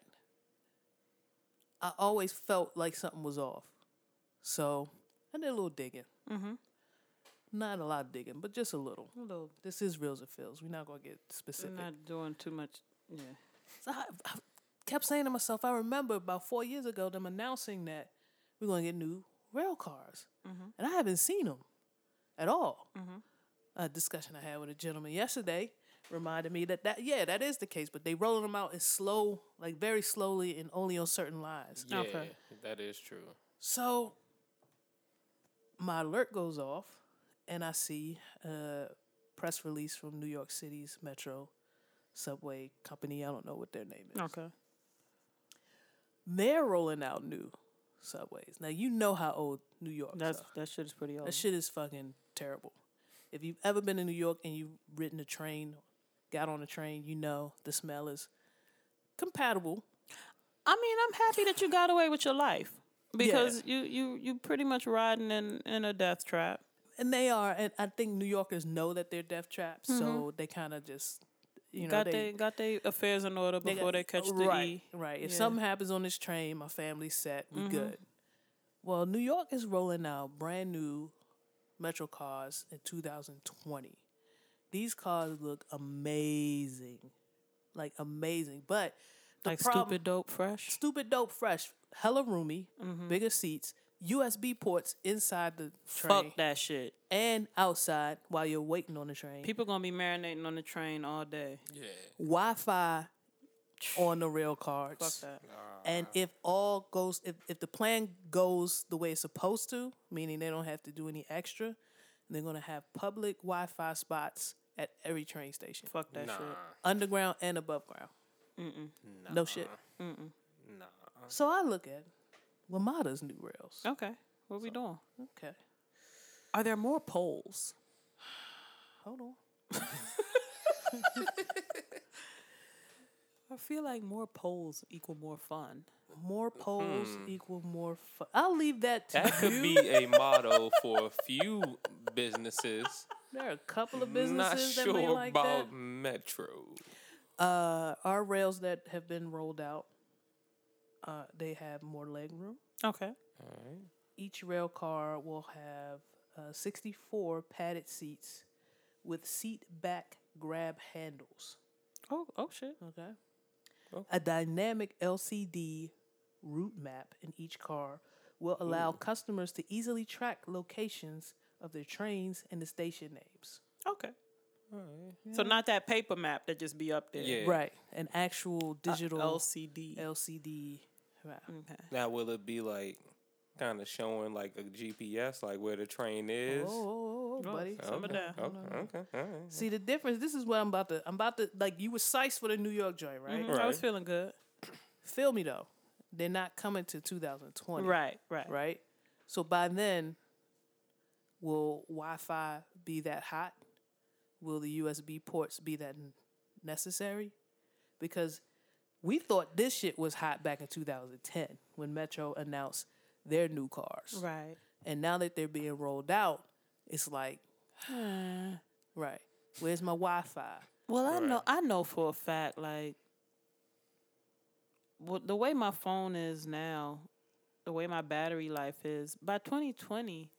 Speaker 1: I always felt like something was off. So I did a little digging. Mm-hmm. Not a lot of digging, but just a little.
Speaker 2: A little-
Speaker 1: This is reels and fills. We're not gonna get
Speaker 2: I'm
Speaker 1: specific.
Speaker 2: not doing too much. Yeah.
Speaker 1: So I, I kept saying to myself, I remember about four years ago them announcing that we're going to get new rail cars, and I haven't seen them at all. A discussion I had with a gentleman yesterday reminded me that that yeah that is the case, but they rolling them out in slow, like very slowly, and only on certain lines.
Speaker 3: Yeah, that is true.
Speaker 1: So my alert goes off, and I see a press release from New York City's Metro Subway Company. I don't know what their name is.
Speaker 2: Okay.
Speaker 1: They're rolling out new subways. Now, you know how old New York is.
Speaker 2: That's that shit is pretty old.
Speaker 1: That shit is fucking terrible. If you've ever been to New York and you've ridden a train, got on a train, you know the smell is compatible.
Speaker 2: I mean, I'm happy that you got away with your life because you you you pretty much riding in in a death trap.
Speaker 1: And they are, and I think New Yorkers know that they're death trapped, so they kind of just, you know,
Speaker 2: Mm-hmm. got
Speaker 1: they,
Speaker 2: they got their affairs in order
Speaker 1: They got-
Speaker 2: before they, catch the
Speaker 1: right,
Speaker 2: E.
Speaker 1: Right. If
Speaker 2: Yeah. Mm-hmm.
Speaker 1: something happens on this train, my family's set. We good. Well, New York is rolling out brand new metro cars in 2020. These cars look amazing, like amazing. But the
Speaker 2: Like
Speaker 1: problem,
Speaker 2: stupid dope fresh.
Speaker 1: stupid dope, fresh, hella roomy, bigger seats, USB ports inside the train
Speaker 2: Mm-hmm. Fuck that shit.
Speaker 1: and outside while you're waiting on the train.
Speaker 2: People gonna be marinating on the train all day.
Speaker 1: Wi-Fi on the rail cards.
Speaker 2: that.
Speaker 1: And if all goes, if, if the plan goes the way it's supposed to, meaning they don't have to do any extra, they're going to have public Wi Fi spots at every train station,
Speaker 2: Fuck that shit.
Speaker 1: underground and above ground. Mm-mm. No shit. Mm-mm. Nah. So I look at WMATA's new rails.
Speaker 2: Okay, what we doing?
Speaker 1: Okay.
Speaker 2: Are there more poles?
Speaker 1: Hold on.
Speaker 2: I feel like more poles equal more fun.
Speaker 1: More poles equal more fun. I'll leave that to
Speaker 3: That could
Speaker 1: you.
Speaker 3: be a motto for a few businesses.
Speaker 1: There are a couple of
Speaker 3: Not
Speaker 1: businesses that may
Speaker 3: sure
Speaker 1: like that.
Speaker 3: about Metro.
Speaker 1: Uh, our rails that have been rolled out, uh, they have more leg room.
Speaker 2: Okay.
Speaker 1: Each rail car will have uh, 64 padded seats with seat back grab handles.
Speaker 2: Oh oh shit.
Speaker 1: Okay. A dynamic LCD route map in each car will allow customers to easily track locations of their trains and the station names.
Speaker 2: Okay. So not that paper map that just be up there.
Speaker 3: Yeah.
Speaker 1: Right. An actual digital
Speaker 2: LCD.
Speaker 1: LCD map.
Speaker 2: okay.
Speaker 3: Now, will it be like kind of showing like a GPS, like where the train is?
Speaker 1: Oh, oh, oh, oh, buddy.
Speaker 2: Some of
Speaker 3: okay.
Speaker 2: that.
Speaker 3: Okay. okay, all right.
Speaker 1: See the difference. This is what I'm about to. I'm about to like you were sized for the New York joint, right?
Speaker 2: I
Speaker 3: Right.
Speaker 2: was feeling good.
Speaker 1: Feel me though. They're not coming to 2020,
Speaker 2: Right, right,
Speaker 1: Right. So by then, will Wi-Fi be that hot? Will the USB ports be that n- necessary? Because we thought this shit was hot back in 2010 when Metro announced their new cars,
Speaker 2: right.
Speaker 1: and now that they're being rolled out, it's like, right? Where's my Wi-Fi?
Speaker 2: Well, I know I know for a fact, like well, the way my phone is now, the way my battery life is, by 2020,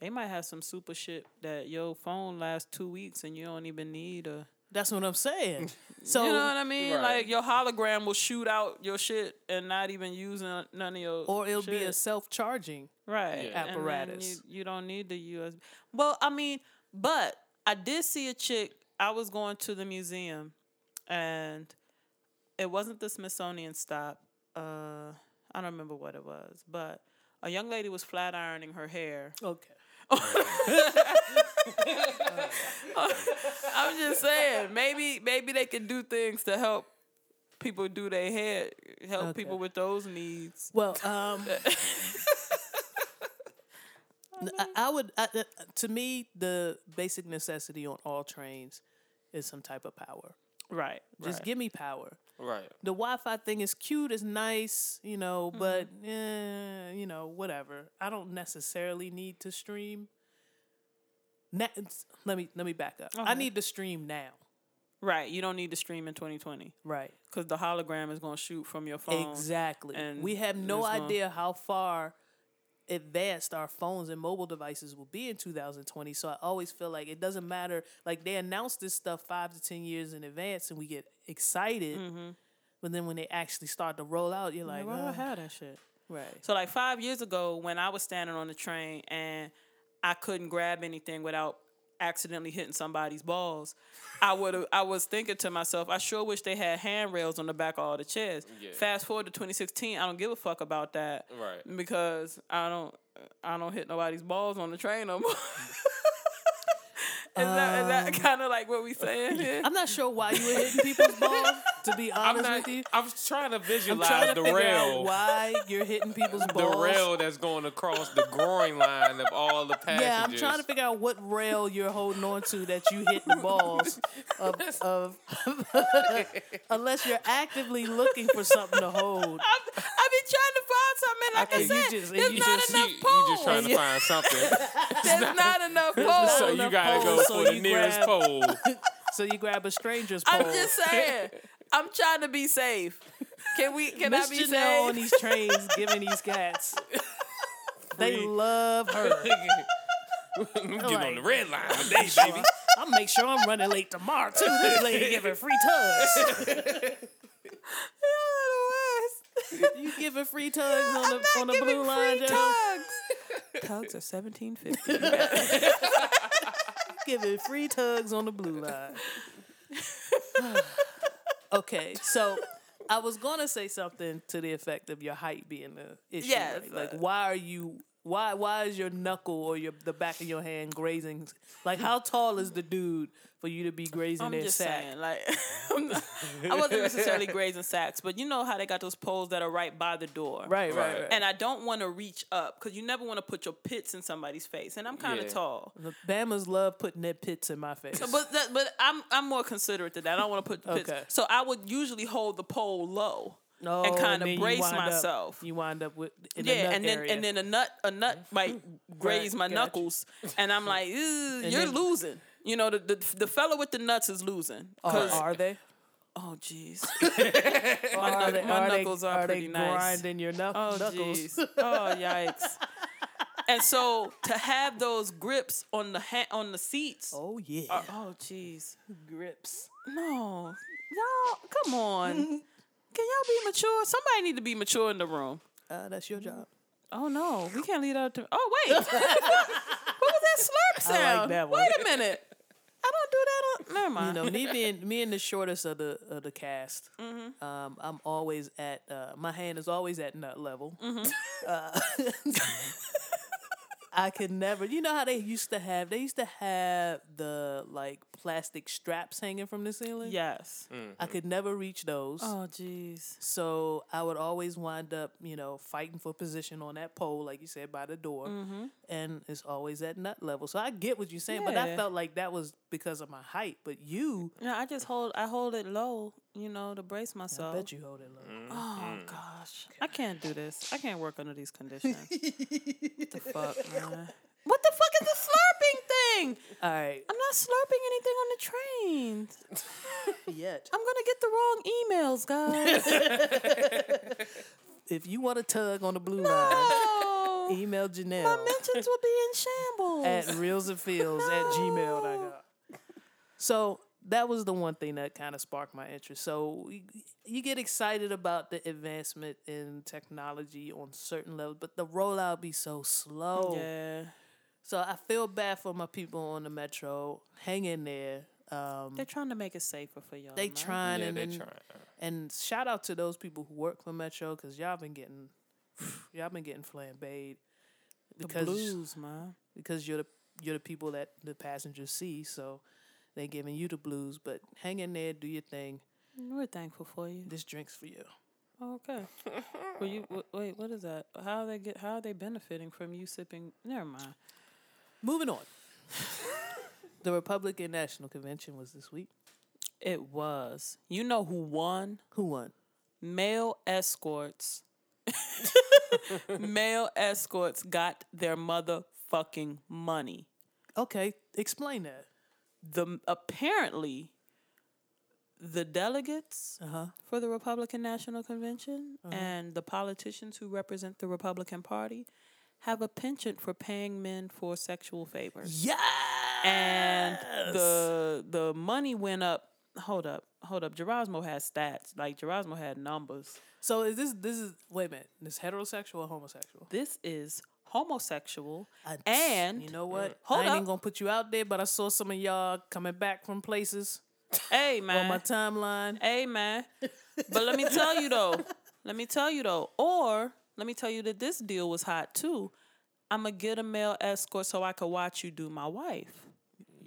Speaker 2: they might have some super shit that your phone lasts two weeks and you don't even need a.
Speaker 1: That's what I'm saying. So
Speaker 2: you know what I mean?
Speaker 3: Right.
Speaker 2: Like your hologram will shoot out your shit and not even using none of your.
Speaker 1: or it'll be a
Speaker 2: shit.
Speaker 1: self charging.
Speaker 2: right
Speaker 3: Yeah.
Speaker 2: and then
Speaker 1: apparatus.
Speaker 2: You, you don't need the USB. Well, I mean, but I did see a chick. I was going to the museum, and it wasn't the Smithsonian stop. Uh, I don't remember what it was, but a young lady was flat ironing her hair.
Speaker 1: Okay.
Speaker 2: I'm just saying, maybe maybe they can do things to help people do their hair, help
Speaker 1: Okay.
Speaker 2: people with those needs.
Speaker 1: Well, um, I, I would. I, uh, to me, the basic necessity on all trains is some type of power.
Speaker 2: Right.
Speaker 1: Just give me power.
Speaker 3: Right.
Speaker 1: The Wi-Fi thing is cute, it's nice, you know,
Speaker 2: Mm-hmm.
Speaker 1: but eh, you know, whatever. I don't necessarily need to stream. Na- let me let me back up. I
Speaker 2: Okay.
Speaker 1: need to stream now.
Speaker 2: Right. You don't need to stream in 2020
Speaker 1: Right.
Speaker 2: because the hologram is going to shoot from your phone.
Speaker 1: Exactly.
Speaker 2: Um, and
Speaker 1: we have no
Speaker 2: it's gonna-
Speaker 1: idea how far advanced our phones and mobile devices will be in 2020. So I always feel like it doesn't matter. Like they announce this stuff five to 10 years in advance and we get excited. But then when they actually start to roll out, you're like,
Speaker 2: Like, why do I
Speaker 1: uh,
Speaker 2: have that shit?
Speaker 1: right.
Speaker 2: So like five years ago, when I was standing on the train and I couldn't grab anything without accidentally hitting somebody's balls, I would I was thinking to myself, I sure wish they had handrails on the back of all the chairs.
Speaker 3: Yeah.
Speaker 2: Fast forward to 2016, I don't give a fuck about that.
Speaker 3: Right.
Speaker 2: Because I don't I don't hit nobody's balls on the train no more. is, that, is
Speaker 1: Um,
Speaker 2: that kind of like what we saying here?
Speaker 1: I'm not sure why you were hitting people's balls. To be
Speaker 3: I'm
Speaker 1: honest
Speaker 3: not.
Speaker 1: with you,
Speaker 3: I was trying to visualize
Speaker 1: trying to
Speaker 3: the
Speaker 1: figure out
Speaker 3: rail,
Speaker 1: why you're hitting people's
Speaker 3: the
Speaker 1: balls.
Speaker 3: rail that's going across the groin line of all the passengers.
Speaker 1: Yeah, I'm trying to figure out what rail you're holding on to that you hit the balls of, of unless you're actively looking for something to hold.
Speaker 2: I've, I've been trying to find something. Like I,
Speaker 1: Okay, you
Speaker 2: said,
Speaker 1: just-
Speaker 2: there's
Speaker 1: you
Speaker 2: not
Speaker 1: just-
Speaker 2: enough
Speaker 3: you, you just
Speaker 2: poles.
Speaker 3: trying to find something,
Speaker 2: there's not enough poles.
Speaker 1: not
Speaker 3: so
Speaker 1: enough
Speaker 3: you gotta
Speaker 1: poles,
Speaker 3: go
Speaker 1: so
Speaker 3: for the
Speaker 1: you
Speaker 3: nearest
Speaker 1: grab-
Speaker 3: pole.
Speaker 1: So you grab a stranger's pole.
Speaker 2: I'm just saying. I'm trying to be safe. Can we? Can
Speaker 1: Miss
Speaker 2: I be
Speaker 1: Janelle
Speaker 2: safe?
Speaker 1: on these trains giving these cats. They
Speaker 3: Free.
Speaker 1: love her.
Speaker 3: I'm getting on
Speaker 1: Like-
Speaker 3: the red line today, baby.
Speaker 1: I'll make sure I'm running late tomorrow too. This lady giving free tugs. You giving free tugs on the on the blue line, Janelle?
Speaker 2: tugs. tugs are seventeen fifty.
Speaker 1: giving free tugs on the blue line. okay, so I was gonna say something to the effect of your height being the issue.
Speaker 2: Yes,
Speaker 1: right? Like,
Speaker 2: uh,
Speaker 1: why are you? Why why is your knuckle or your the back of your hand grazing? Like, how tall is the dude for you to be grazing
Speaker 2: I'm
Speaker 1: their
Speaker 2: just
Speaker 1: sack?
Speaker 2: saying, like, I'm not, I wasn't necessarily grazing sacks, but you know how they got those poles that are right by the door,
Speaker 1: Right, right,
Speaker 3: Right.
Speaker 1: right.
Speaker 2: And I don't want to reach up because you never want to put your pits in somebody's face, and I'm kind of
Speaker 3: Yeah.
Speaker 2: tall.
Speaker 1: the Bama's love putting their pits in my face.
Speaker 2: But that, but I'm I'm more considerate than that. I don't want to put the pits.
Speaker 1: Okay.
Speaker 2: So I would usually hold the pole low
Speaker 1: no,
Speaker 2: and kind
Speaker 1: Oh, then you
Speaker 2: of brace
Speaker 1: wind up-
Speaker 2: myself.
Speaker 1: you wind up with in
Speaker 2: yeah,
Speaker 1: another
Speaker 2: and then
Speaker 1: area.
Speaker 2: and then a nut a nut might graze my
Speaker 1: gotcha.
Speaker 2: knuckles, and I'm like, "Ew, you're
Speaker 1: then-
Speaker 2: losing. You know, the, the the fellow with the nuts is losing.
Speaker 1: are,
Speaker 2: 'Cause-
Speaker 1: are they?
Speaker 2: oh jeez,
Speaker 1: My,
Speaker 2: knuck- my knuckles are
Speaker 1: they
Speaker 2: pretty nice.
Speaker 1: Grinding your knuck-
Speaker 2: oh
Speaker 1: knuckles.
Speaker 2: jeez, oh yikes. and so to have those grips on the ha- on the seats.
Speaker 1: Oh yeah,
Speaker 2: are- oh jeez,
Speaker 1: grips.
Speaker 2: no, y'all, come on. Can y'all be mature? Somebody need to be mature in the room.
Speaker 1: Uh, that's your job.
Speaker 2: Oh no, we can't lead out to. Oh wait, what was that slurp sound?
Speaker 1: that one.
Speaker 2: Wait a minute, I don't do that. On... Never
Speaker 1: You
Speaker 2: mind.
Speaker 1: know, me being me and the shortest of the of the cast, um, I'm always at uh, my hand is always at nut level. Uh, I could never. You know how they used to have? They used to have the like plastic straps hanging from the ceiling.
Speaker 2: Yes.
Speaker 1: I could never reach those.
Speaker 2: Oh jeez.
Speaker 1: So I would always wind up, you know, fighting for position on that pole, like you said, by the door.
Speaker 2: Mm-hmm.
Speaker 1: And it's always at nut level. So I get what you're saying, but I
Speaker 2: Yeah.
Speaker 1: felt like that was because of my height. But you,
Speaker 2: No, I just hold. I hold it low. You know, to brace myself.
Speaker 1: I bet you hold it low.
Speaker 2: Oh gosh, I can't do this. I can't work under these conditions. what the fuck, man? What the fuck is the slurping thing?
Speaker 1: All right.
Speaker 2: I'm not slurping anything on the train.
Speaker 1: Yet,
Speaker 2: I'm gonna get the wrong emails, guys.
Speaker 1: if you want to tug on the blue line,
Speaker 2: Oh,
Speaker 1: email Janelle
Speaker 2: my mentions will be in shambles.
Speaker 1: at reelsandfields at gmail.com. So that was the one thing that kind of sparked my interest. So y- you get excited about the advancement in technology on certain levels, but the rollout be so slow.
Speaker 2: Yeah.
Speaker 1: So I feel bad for my people on the metro. Hang in there. Um,
Speaker 2: They're trying to make it safer for y'all.
Speaker 1: they
Speaker 2: man.
Speaker 1: trying
Speaker 3: Yeah,
Speaker 1: and
Speaker 3: they're
Speaker 1: and,
Speaker 3: trying.
Speaker 1: and shout out to those people who work for Metro because y'all been getting y'all been getting flambéed
Speaker 2: the
Speaker 1: because
Speaker 2: blues, man.
Speaker 1: because you're the you're the people that the passengers see. So they giving you the blues, but hang in there, do your thing.
Speaker 2: We're thankful for you.
Speaker 1: This drink's for you.
Speaker 2: Oh, okay. Well, you w- wait. What is that? How they get? How are they benefiting from you sipping? Never mind.
Speaker 1: Moving on. the Republican National Convention was this week.
Speaker 2: It was. You know who won?
Speaker 1: Who won?
Speaker 2: Male escorts. Male escorts got their motherfucking money.
Speaker 1: Okay, explain that.
Speaker 2: The apparently, the delegates
Speaker 1: Uh-huh.
Speaker 2: for the Republican National Convention and the politicians who represent the Republican Party have a penchant for paying men for sexual favors.
Speaker 1: Yeah.
Speaker 2: and the the money went up. Hold up, hold up, Gerasmo had stats. Like Gerasmo had numbers.
Speaker 1: So is this this is wait a minute? This heterosexual or homosexual?
Speaker 2: This is homosexual
Speaker 1: I-
Speaker 2: and
Speaker 1: you know what?
Speaker 2: Hold
Speaker 1: I ain't
Speaker 2: up.
Speaker 1: even gonna put you out there, but I saw some of y'all coming back from places
Speaker 2: hey
Speaker 1: on
Speaker 2: man,
Speaker 1: my timeline.
Speaker 2: hey man. But let me tell you though, let me tell you though, or let me tell you that this deal was hot too. I'ma get a male escort so I could watch you do my wife.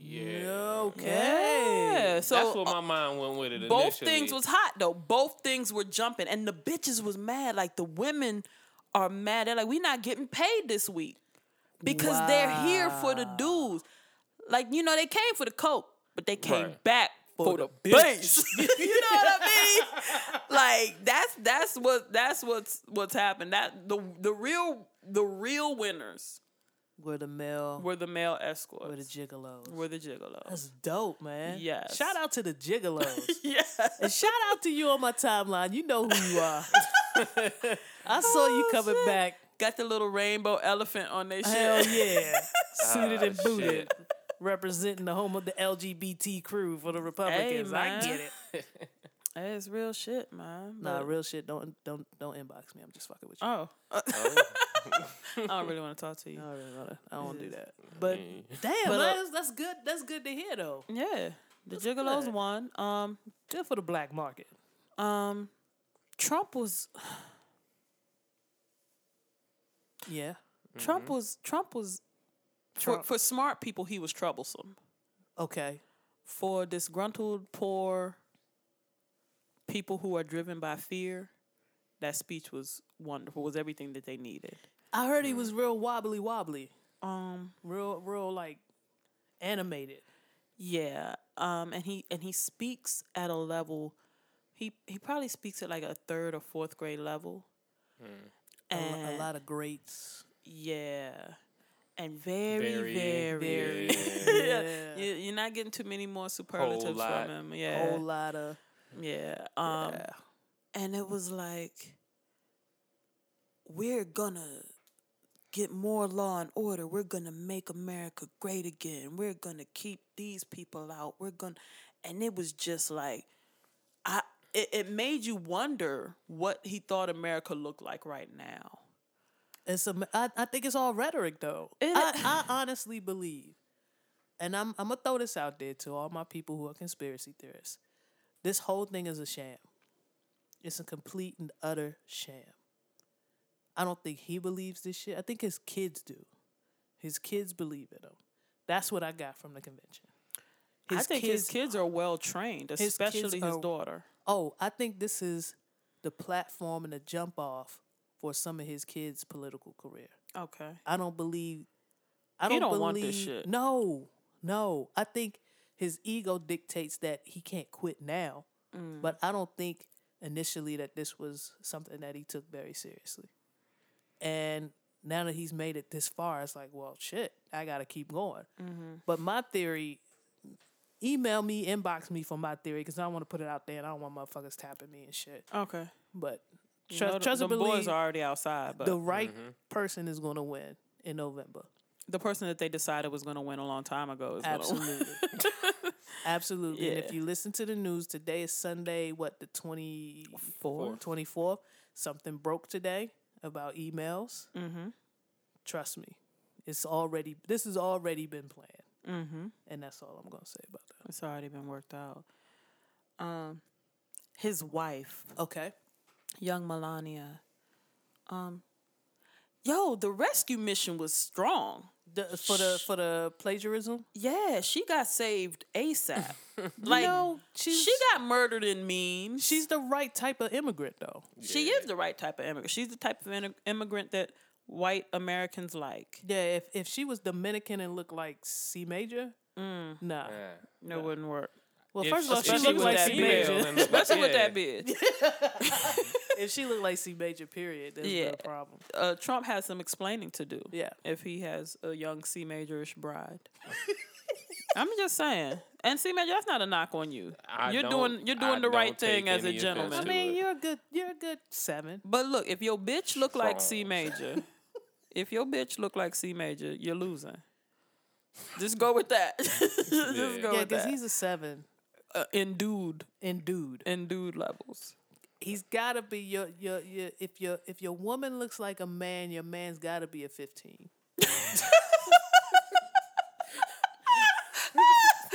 Speaker 3: Yeah.
Speaker 1: Okay.
Speaker 2: Yeah. So
Speaker 3: That's what my mind went with it initially.
Speaker 2: both things was hot though. Both things were jumping, and the bitches was mad. Like the women are mad. They're like, we not getting paid this week because they're here for the dudes. Like you know, they came for the coke, but they came
Speaker 3: Right.
Speaker 2: back for, the, bitch. you know what I mean? like that's that's what that's what's what's happened. That the the real the real winners
Speaker 1: We're the male.
Speaker 2: were the male
Speaker 1: We're the
Speaker 2: escorts.
Speaker 1: gigolos.
Speaker 2: Were the gigolos.
Speaker 1: That's dope, man.
Speaker 2: Yes.
Speaker 1: Shout out to the gigolos.
Speaker 2: Yes.
Speaker 1: and shout out to you on my timeline. You know who you are. I saw you coming back.
Speaker 2: Got the little rainbow elephant on their shit.
Speaker 1: Oh, Hell yeah. Suited
Speaker 3: Ah,
Speaker 1: and booted.
Speaker 3: shit.
Speaker 1: Representing the home of the LGBT crew for the Republicans. I
Speaker 2: man.
Speaker 1: get it.
Speaker 2: It's real shit, man.
Speaker 1: Nah,
Speaker 2: but-
Speaker 1: real shit. Don't don't don't inbox me. I'm just fucking with you.
Speaker 2: Oh. I don't really want to talk to you.
Speaker 1: I don't, really wanna- I don't do that. But damn,
Speaker 2: But,
Speaker 1: man,
Speaker 2: uh,
Speaker 1: that's, that's good. That's good to hear though.
Speaker 2: Yeah. The Gigolos
Speaker 1: good.
Speaker 2: won. Um,
Speaker 1: Good for the black market.
Speaker 2: um, Trump was
Speaker 1: Yeah.
Speaker 2: Trump was Trump was
Speaker 1: Mm-hmm. Trump.
Speaker 2: For, for smart people he was troublesome.
Speaker 1: Okay.
Speaker 2: For disgruntled poor people who are driven by fear, that speech was wonderful. Was everything that they needed.
Speaker 1: I heard he was real wobbly wobbly,
Speaker 2: Um,
Speaker 1: real real like animated.
Speaker 2: Yeah. Um and he and he speaks at a level he he probably speaks at like a third or fourth grade level.
Speaker 1: Hmm. A, lo-
Speaker 2: And
Speaker 1: a lot of greats.
Speaker 2: yeah. And very very,
Speaker 3: yeah.
Speaker 2: yeah. You, you're not getting too many more superlatives
Speaker 3: lot.
Speaker 2: from him. Yeah.
Speaker 1: Whole lot of
Speaker 2: Yeah. Um and it was like we're gonna get more law and order. We're gonna make America great again. We're gonna keep these people out. We're gonna and it was just like I it, it made you wonder what he thought America looked like right now.
Speaker 1: It's a, I, I think it's all rhetoric though. I, I honestly believe, and I'm I'm gonna throw this out there to all my people who are conspiracy theorists. This whole thing is a sham. It's a complete and utter sham. I don't think he believes this shit. I think his kids do. His kids believe in him. That's what I got from the convention.
Speaker 2: I think his kids are well trained,
Speaker 1: kids
Speaker 2: especially his,
Speaker 1: are-
Speaker 2: daughter.
Speaker 1: Oh, I think this is the platform and the jump off for some of his kids' political career.
Speaker 2: Okay.
Speaker 1: I don't believe. I
Speaker 2: He
Speaker 1: don't,
Speaker 2: don't
Speaker 1: believe,
Speaker 2: want this shit.
Speaker 1: No, no. I think his ego dictates that he can't quit now.
Speaker 2: Mm.
Speaker 1: But I don't think initially that this was something that he took very seriously. And now that he's made it this far, it's like, well, shit, I gotta keep going.
Speaker 2: Mm-hmm.
Speaker 1: But my theory, email me, inbox me for my theory because I want to put it out there and I don't want motherfuckers tapping me and shit.
Speaker 2: Okay.
Speaker 1: But
Speaker 2: You
Speaker 1: trust,
Speaker 2: know, the-
Speaker 1: trust and
Speaker 2: the boys
Speaker 1: believe,
Speaker 2: are uh, mm-hmm. already outside, but
Speaker 1: the right person is gonna win in November.
Speaker 2: the person that they decided was going to win a long time ago is going to win.
Speaker 1: Absolutely. Absolutely. And if
Speaker 2: Yeah.
Speaker 1: you listen to the news, today is Sunday, what, the 24th? 24th. Something broke today about emails. Mm-hmm. Trust me, it's already, this has already been planned. Mm-hmm. And that's all I'm going to say about that.
Speaker 2: It's already been worked out. Um, his wife,
Speaker 1: Okay.
Speaker 2: young Melania. Um, yo, the rescue mission was strong.
Speaker 1: The, for the for the plagiarism,
Speaker 2: Yeah, she got saved ASAP. like she got murdered in memes.
Speaker 1: she's the right type of immigrant though.
Speaker 2: she is the right type of immigrant. She's the type of immig- immigrant that white Americans like.
Speaker 1: Yeah, if if she was Dominican and looked like C major, nah.
Speaker 3: Yeah.
Speaker 2: No, it wouldn't work.
Speaker 1: Well,
Speaker 3: If-
Speaker 1: first of all,
Speaker 3: if
Speaker 1: she
Speaker 2: she
Speaker 1: looked
Speaker 2: was
Speaker 1: like
Speaker 2: that
Speaker 1: C
Speaker 2: female,
Speaker 1: major.
Speaker 3: and look like-
Speaker 2: Especially with
Speaker 3: yeah.
Speaker 2: that bitch.
Speaker 1: if she looked like C major, period, there's
Speaker 2: Yeah.
Speaker 1: no problem.
Speaker 2: uh, Trump has some explaining to do.
Speaker 1: Yeah.
Speaker 2: If he has a young C majorish bride. I'm just saying. And C major, that's not a knock on you.
Speaker 3: I
Speaker 2: you're
Speaker 3: don't-
Speaker 2: doing you're
Speaker 3: I
Speaker 2: doing the
Speaker 3: don't
Speaker 2: right
Speaker 3: take
Speaker 2: thing as a
Speaker 3: any offense
Speaker 2: gentleman.
Speaker 1: I
Speaker 3: to
Speaker 1: mean,
Speaker 3: it.
Speaker 1: you're a good, you're a good seven.
Speaker 2: But look, if your bitch look like C
Speaker 3: Psalms.
Speaker 2: major, if your bitch look like C major, you're losing. Just go with that. just
Speaker 3: Yeah.
Speaker 2: go
Speaker 1: Yeah,
Speaker 2: with
Speaker 1: because
Speaker 2: that.
Speaker 1: he's a seven.
Speaker 2: uh, endued,
Speaker 1: And dude,
Speaker 2: endued levels.
Speaker 1: he's gotta be your, your your if your if your woman looks like a man, your man's gotta be a fifteen.
Speaker 2: Oh,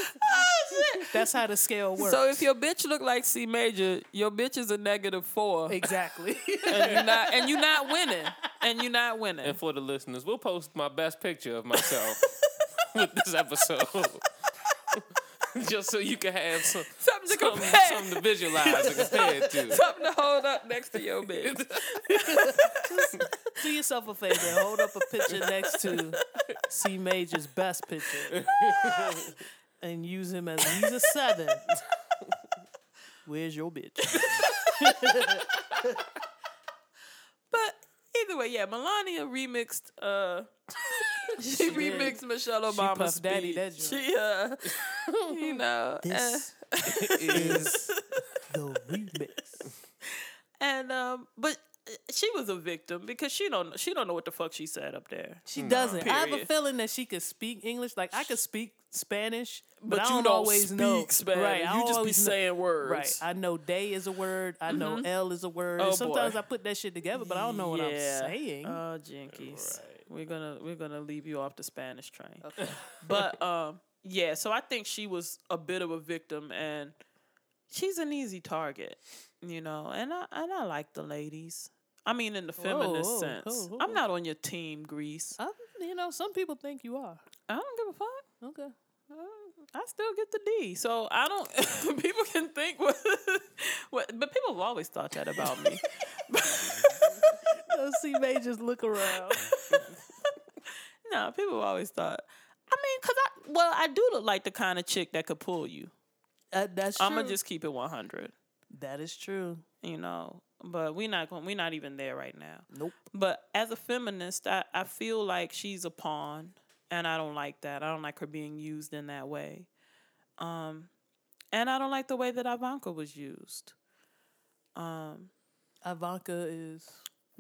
Speaker 1: That's how the scale works.
Speaker 2: So if your bitch look like C major, your bitch is a negative four,
Speaker 1: exactly.
Speaker 2: and you're not, and you're not winning, and you're not winning.
Speaker 3: And for the listeners, we'll post my best picture of myself with this episode. Just so you can have some,
Speaker 2: Something to
Speaker 3: something,
Speaker 2: compare,
Speaker 3: something to visualize and compare it to.
Speaker 2: something to hold up next to your bitch.
Speaker 1: Do yourself a favor and hold up a picture next to C Major's best picture and use him as he's a seven. Where's your bitch?
Speaker 2: But either way, yeah, Melania remixed. uh She remixed Michelle Obama's
Speaker 1: Puff Daddy
Speaker 2: speech.
Speaker 1: that joint.
Speaker 2: she, uh, you know, uh, and,
Speaker 1: This is the remix.
Speaker 2: and, um, but she was a victim because she don't she don't know what the fuck she said up there.
Speaker 1: She doesn't. I have a
Speaker 2: Period.
Speaker 1: feeling that she could speak English. Like I could speak Spanish, but, I
Speaker 2: you
Speaker 1: don't,
Speaker 2: don't
Speaker 1: always
Speaker 2: speak
Speaker 1: know.
Speaker 2: Spanish.
Speaker 1: Right, I
Speaker 2: You just be
Speaker 1: always know-
Speaker 2: saying words. Mm-hmm. Oh,
Speaker 1: Right, I know "day" is a word. I know "l" is a word. and
Speaker 2: boy.
Speaker 1: sometimes I put that shit together, but I don't know what I'm
Speaker 2: Yeah.
Speaker 1: saying.
Speaker 2: Oh, jinkies. We're gonna we're gonna leave you off the Spanish train. but um, yeah, so I think she was a bit of a victim, and she's an easy target, you know. And I and I like the ladies. I mean, in the feminist
Speaker 1: whoa,
Speaker 2: sense,
Speaker 1: whoa, whoa.
Speaker 2: I'm not on your team, Greece.
Speaker 1: I'm, you know, some people think you are.
Speaker 2: I don't give a fuck.
Speaker 1: Okay.
Speaker 2: I still get the D. So I don't. people can think what, what, but people have always thought that about me.
Speaker 1: Those C majors look around.
Speaker 2: No, people always thought. I mean, cause I well, I do look like the kind of chick that could pull you.
Speaker 1: Uh, that's true.
Speaker 2: I'm gonna just keep it 100,
Speaker 1: That is true.
Speaker 2: you know. But we're not going. We're not even there right now.
Speaker 1: Nope.
Speaker 2: But as a feminist, I, I feel like she's a pawn, and I don't like that. I don't like her being used in that way. Um, and I don't like the way that Ivanka was used.
Speaker 1: Ivanka is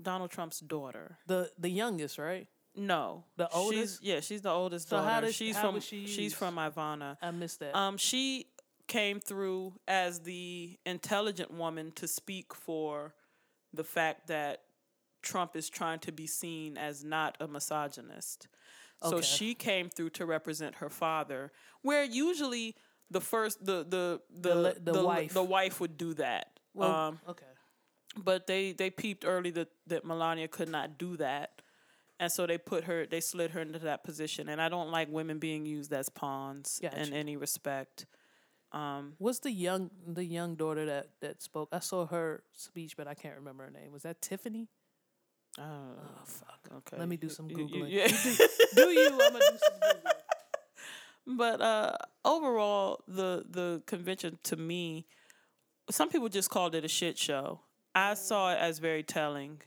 Speaker 2: Donald Trump's daughter.
Speaker 1: the the youngest, right?
Speaker 2: No,
Speaker 1: The
Speaker 2: She's-
Speaker 1: oldest?
Speaker 2: yeah, she's the oldest
Speaker 1: So how
Speaker 2: daughter.
Speaker 1: does-
Speaker 2: she's
Speaker 1: how
Speaker 2: from
Speaker 1: was she
Speaker 2: she's
Speaker 1: used?
Speaker 2: from Ivana.
Speaker 1: I missed that.
Speaker 2: Um, she came through as the intelligent woman to speak for the fact that Trump is trying to be seen as not a misogynist. So
Speaker 1: Okay.
Speaker 2: she came through to represent her father, where usually the first the the the
Speaker 1: le- the wife.
Speaker 2: the wife would do that.
Speaker 1: Well,
Speaker 2: um,
Speaker 1: okay.
Speaker 2: but they they peeped early that that Melania could not do that, and so they put her they slid her into that position. And I don't like women being used as pawns in
Speaker 1: Gotcha.
Speaker 2: any respect. Um,
Speaker 1: What's the young the young daughter that that spoke? I saw her speech, but I can't remember her name. Was that Tiffany?
Speaker 2: Oh fuck. Okay.
Speaker 1: Let me do some
Speaker 2: You- you-
Speaker 1: googling.
Speaker 2: yeah.
Speaker 1: Do you? I'm gonna do some googling.
Speaker 2: but uh, overall, the the convention to me, some people just called it a shit show. I saw it as very telling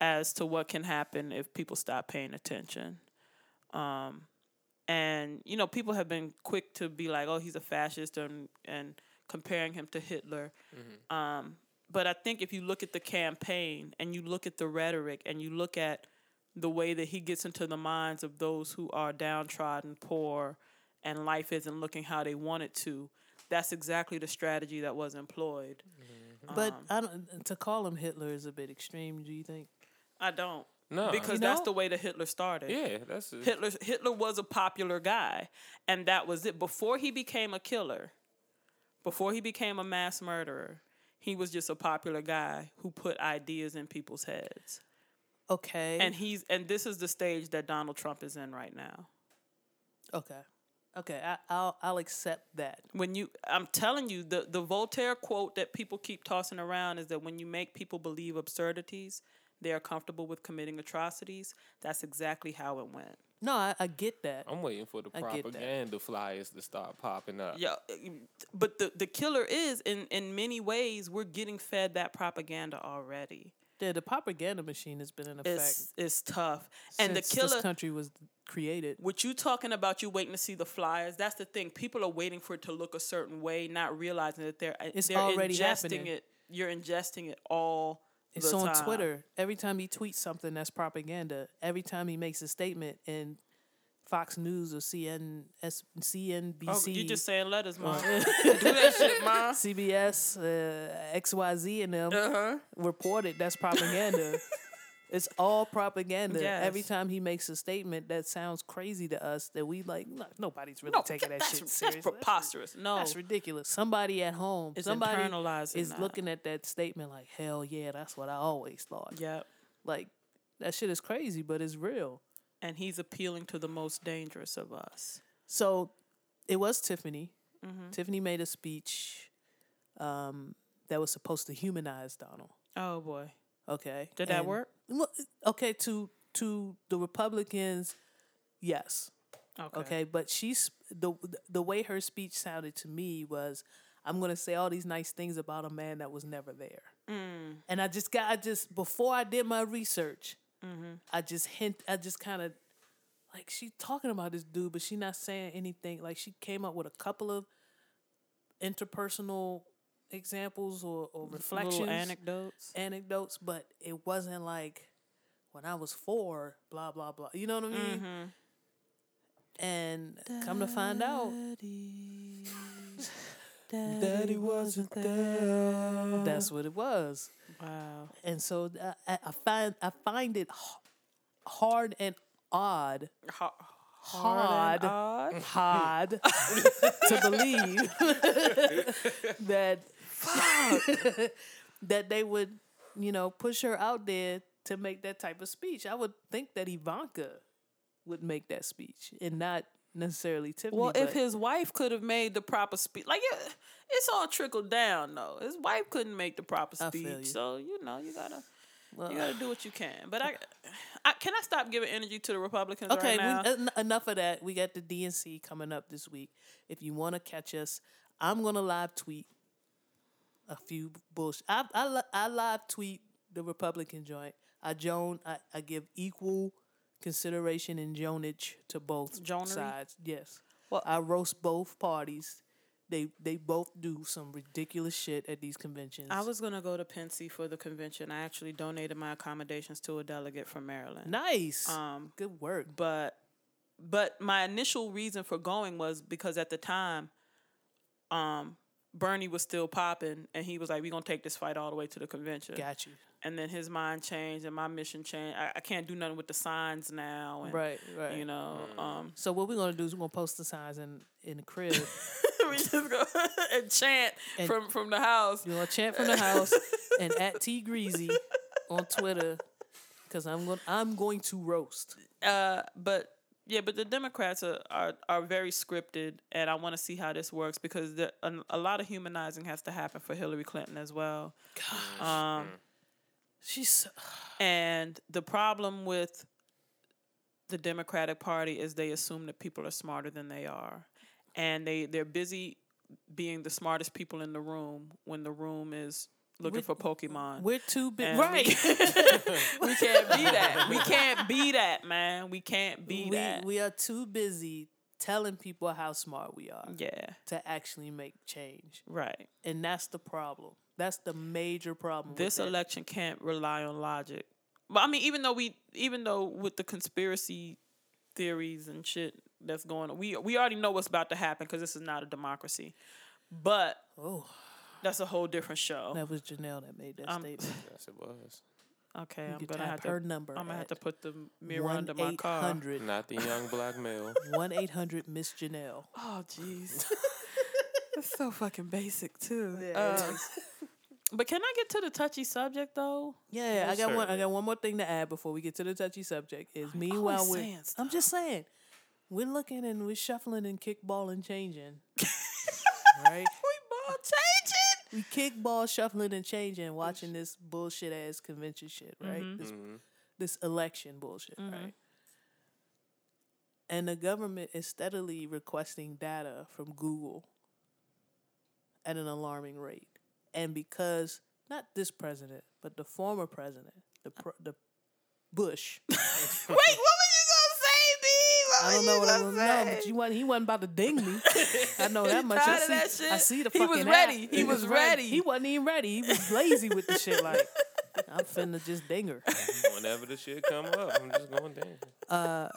Speaker 2: as to what can happen if people stop paying attention. Um, and you know, people have been quick to be like, "Oh, he's a fascist," and and comparing him to Hitler. Um, but I think if you look at the campaign and you look at the rhetoric and you look at the way that he gets into the minds of those who are downtrodden, poor, and life isn't looking how they want it to, that's exactly the strategy that was employed.
Speaker 1: But
Speaker 2: Um,
Speaker 1: I don't, to call him Hitler is a bit extreme. Do you think?
Speaker 2: I don't.
Speaker 3: No.
Speaker 2: Because
Speaker 1: You
Speaker 2: that's
Speaker 1: know-
Speaker 2: the way that Hitler started.
Speaker 3: yeah, that's it.
Speaker 2: Hitler Hitler was a popular guy, and that was it. Before he became a killer, before he became a mass murderer, he was just a popular guy who put ideas in people's heads.
Speaker 1: Okay.
Speaker 2: And he's and this is the stage that Donald Trump is in right now.
Speaker 1: okay. Okay. I, I'll I'll accept that.
Speaker 2: when you i'm telling you the, the voltaire quote that people keep tossing around is that when you make people believe absurdities they are comfortable with committing atrocities that's exactly how it went
Speaker 1: No, I, I get that.
Speaker 2: Oh.
Speaker 3: I'm waiting for the
Speaker 1: I get that.
Speaker 3: propaganda flyers to start popping up.
Speaker 2: yeah but the, the killer is in, in many ways we're getting fed that propaganda already
Speaker 1: Yeah, the propaganda machine has been in effect
Speaker 2: it's, it's tough and
Speaker 1: since
Speaker 2: the
Speaker 1: this
Speaker 2: killer
Speaker 1: country was created.
Speaker 2: what you talking about you waiting to see the flyers that's the thing people are waiting for it to look a certain way not realizing that they're
Speaker 1: It's
Speaker 2: they're
Speaker 1: already
Speaker 2: ingesting
Speaker 1: happening.
Speaker 2: it you're ingesting it all
Speaker 1: It's
Speaker 2: the
Speaker 1: on
Speaker 2: time.
Speaker 1: Twitter. Every time he tweets something that's propaganda, every time he makes a statement and Fox News or CN, S, CNBC,
Speaker 2: You Oh, just saying letters, mom.
Speaker 1: Oh. CBS, uh, XYZ, and them
Speaker 2: Uh-huh.
Speaker 1: reported that's propaganda. it's all propaganda.
Speaker 2: Yes.
Speaker 1: Every time he makes a statement that sounds crazy to us, that we like, no, nobody's really taking that
Speaker 2: that's,
Speaker 1: shit
Speaker 2: that's
Speaker 1: seriously.
Speaker 2: preposterous. No,
Speaker 1: That's ridiculous. Somebody at home,
Speaker 2: It's
Speaker 1: somebody
Speaker 2: Oh. internalizing
Speaker 1: is
Speaker 2: that.
Speaker 1: looking at that statement like, hell yeah, that's what I always thought.
Speaker 2: yep.
Speaker 1: Like, that shit is crazy, but it's real.
Speaker 2: And he's appealing to the most dangerous of us.
Speaker 1: So it was Tiffany.
Speaker 2: Mm-hmm.
Speaker 1: Tiffany made a speech um, that was supposed to humanize Donald.
Speaker 2: Oh boy,
Speaker 1: Okay.
Speaker 2: did that
Speaker 1: And-
Speaker 2: work?
Speaker 1: Well, Okay, to to the Republicans, yes.
Speaker 2: Okay.
Speaker 1: Okay, but she's the the way her speech sounded to me was I'm going to say all these nice things about a man that was never there.
Speaker 2: Mm.
Speaker 1: And I just got I just before I did my research,
Speaker 2: Mm-hmm.
Speaker 1: I just hint I just kind of like she talking about this dude, but she not saying anything. Like she came up with a couple of interpersonal examples or, or reflections
Speaker 2: Little anecdotes.
Speaker 1: anecdotes, but it wasn't like when I was four, blah blah blah. You know what I mean?
Speaker 9: Mm-hmm.
Speaker 1: And come to find out,
Speaker 9: Daddy wasn't there.
Speaker 1: that's what it was.
Speaker 2: Wow.
Speaker 1: And so th- I, I find I find it h- hard and odd,
Speaker 2: Ho-
Speaker 1: hard,
Speaker 2: odd.
Speaker 1: hard to believe that that they would, you know, push her out there to make that type of speech. I would think that Ivanka would make that speech and not necessarily Tiffany.
Speaker 2: Well, if
Speaker 1: but-
Speaker 2: his wife could have made the proper speech, like it, it's all trickled down though. His wife couldn't make the proper
Speaker 1: I feel
Speaker 2: speech,
Speaker 1: you.
Speaker 2: so you know you gotta
Speaker 1: Well,
Speaker 2: you gotta do what you can. But I, I can I stop giving energy to the Republicans
Speaker 1: Okay,
Speaker 2: right now?
Speaker 1: we, uh, en- enough of that. We got the DNC coming up this week. If you want to catch us, I'm gonna live tweet a few bullshit. I I, li- I live tweet the Republican joint. I joan. I, I give equal consideration and jonage to both
Speaker 2: Jonery?
Speaker 1: sides. Yes.
Speaker 2: Well-
Speaker 1: I roast both parties. They they both do some ridiculous shit at these conventions.
Speaker 2: I was gonna go to Pensy for the convention. I actually donated my accommodations to a delegate from Maryland.
Speaker 1: nice. Um, good work.
Speaker 2: but but my initial reason for going was because at the time um Bernie was still popping and he was like we're going to take this fight all the way to the convention.
Speaker 1: Got you.
Speaker 2: And then his mind changed and my mission changed. I, I can't do nothing with the signs now and
Speaker 1: Right, right.
Speaker 2: you know um
Speaker 1: So what we're gonna do is we're gonna post the signs in in the crib.
Speaker 2: we just go and chant
Speaker 1: And-
Speaker 2: from from the house.
Speaker 1: You're gonna chant from the house and at T Greasy on Twitter because I'm going I'm going to roast.
Speaker 2: uh, but yeah, but the Democrats are are, are very scripted, and I want to see how this works because the, a, a lot of humanizing has to happen for Hillary Clinton as well. Um,
Speaker 1: She's so-
Speaker 2: and the problem with the Democratic Party is they assume that people are smarter than they are, and they they're busy being the smartest people in the room when the room is looking for Pokemon.
Speaker 1: we're too big,
Speaker 2: And
Speaker 1: right?
Speaker 2: We can't be that. We can't be that, man. We can't be
Speaker 1: We,
Speaker 2: that.
Speaker 1: we are too busy telling people how smart we are
Speaker 2: yeah,
Speaker 1: to actually make change,
Speaker 2: right.
Speaker 1: and that's the problem. That's the major problem. with
Speaker 2: this
Speaker 1: it.
Speaker 2: election can't rely on logic. But I mean, even though we, even though with the conspiracy theories and shit that's going on, we we already know what's about to happen because this is not a democracy. But
Speaker 1: Oh.
Speaker 2: that's a whole different show.
Speaker 1: that was Janelle that made that
Speaker 2: Um,
Speaker 1: statement.
Speaker 3: Yes, it was.
Speaker 2: Okay, I'm
Speaker 1: can
Speaker 2: gonna
Speaker 1: type
Speaker 2: have to.
Speaker 1: her number
Speaker 2: I'm gonna have
Speaker 1: at
Speaker 2: to put the mirror
Speaker 1: One
Speaker 2: under my
Speaker 1: eight
Speaker 2: car.
Speaker 1: hundred.
Speaker 3: Not the young black male.
Speaker 1: One eight hundred Miss Janelle.
Speaker 2: Oh, jeez. that's so fucking basic too. Uh, but can I get to the touchy subject though?
Speaker 1: Yeah, I got one. I
Speaker 3: certainly.
Speaker 1: got one more thing to add before we get to the touchy subject. Is meanwhile
Speaker 2: always
Speaker 1: we're
Speaker 2: saying
Speaker 1: I'm just saying we're looking and we're shuffling and kickballing, changing. right?
Speaker 2: We ball changing.
Speaker 1: We kickball, shuffling, and changing, watching this bullshit ass convention shit. Right?
Speaker 2: Mm-hmm.
Speaker 1: This, this election bullshit. Right? And the government is steadily requesting data from Google at an alarming rate, and because not this president, but the former president, the
Speaker 2: Uh,
Speaker 1: pr- the Bush.
Speaker 2: Wait, what was you gonna say, B? What
Speaker 1: I
Speaker 2: was
Speaker 1: don't
Speaker 2: you
Speaker 1: know what I
Speaker 2: gonna
Speaker 1: was
Speaker 2: say?
Speaker 1: no, but you wasn't, he wasn't about to ding me. I know that much. I
Speaker 2: tired
Speaker 1: see,
Speaker 2: of that shit.
Speaker 1: I see the
Speaker 2: He was
Speaker 1: fucking
Speaker 2: ready.
Speaker 1: app.
Speaker 2: He was ready.
Speaker 1: He wasn't even ready. He was lazy with the shit. Like I'm finna just ding her.
Speaker 3: Whenever the shit come up, I'm just going down.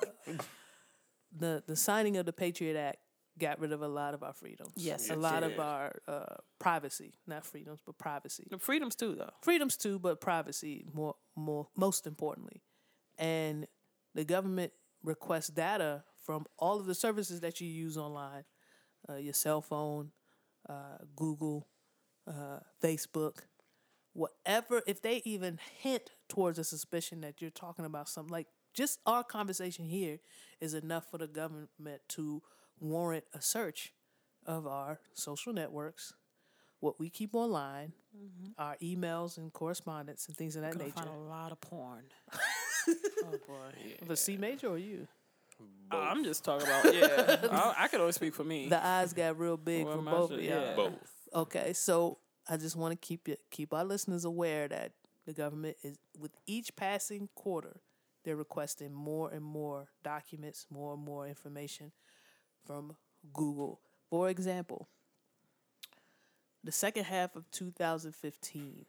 Speaker 1: the the signing of the Patriot Act got rid of a lot of our freedoms.
Speaker 2: Yes,
Speaker 1: a
Speaker 2: it
Speaker 1: lot
Speaker 3: did.
Speaker 1: of our uh, privacy, not freedoms, but privacy.
Speaker 2: The freedoms too, though.
Speaker 1: Freedoms too, but privacy more more most importantly. And the government requests data from all of the services that you use online, uh, your cell phone, uh, Google, uh, Facebook, whatever. If they even hint towards a suspicion that you're talking about something, like just our conversation here is enough for the government to warrant a search of our social networks, what we keep online, our emails and correspondence and things of that nature.
Speaker 2: Find a lot of porn. oh boy.
Speaker 1: The C major or you?
Speaker 2: I'm just talking about yeah. I, I can only speak for me.
Speaker 1: The eyes got real big
Speaker 2: Well,
Speaker 1: for
Speaker 2: my
Speaker 1: both
Speaker 2: shit,
Speaker 1: of y'all.
Speaker 2: yeah.
Speaker 3: Both.
Speaker 1: Okay, so I just want to keep it, keep our listeners aware that the government is with each passing quarter, they're requesting more and more documents, more and more information from Google. For example, the second half of 2015,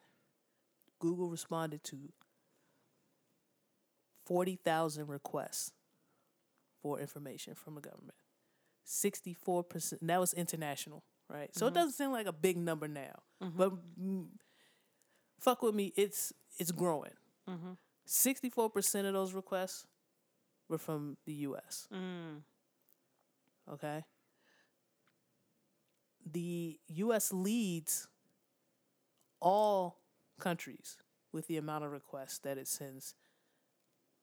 Speaker 1: Google responded to 40,000 requests for information from the government. 64%, and that was international, right? So it doesn't seem like a big number now, but mm, fuck with me, it's it's growing. 64% of those requests were from the US.
Speaker 2: Mm.
Speaker 1: Okay? The US leads all countries with the amount of requests that it sends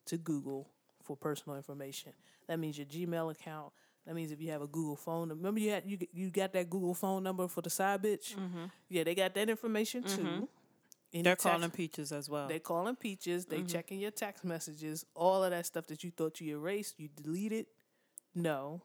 Speaker 1: to Google for personal information. That means your Gmail account. That means if you have a Google phone. Remember you had you you got that Google phone number for the side bitch. Yeah, they got that information too. Any
Speaker 2: Mm-hmm. They're
Speaker 1: tax-
Speaker 2: calling peaches as well.
Speaker 1: They calling peaches.
Speaker 2: Mm-hmm.
Speaker 1: They checking your text messages. All of that stuff that you thought you erased, you deleted. No,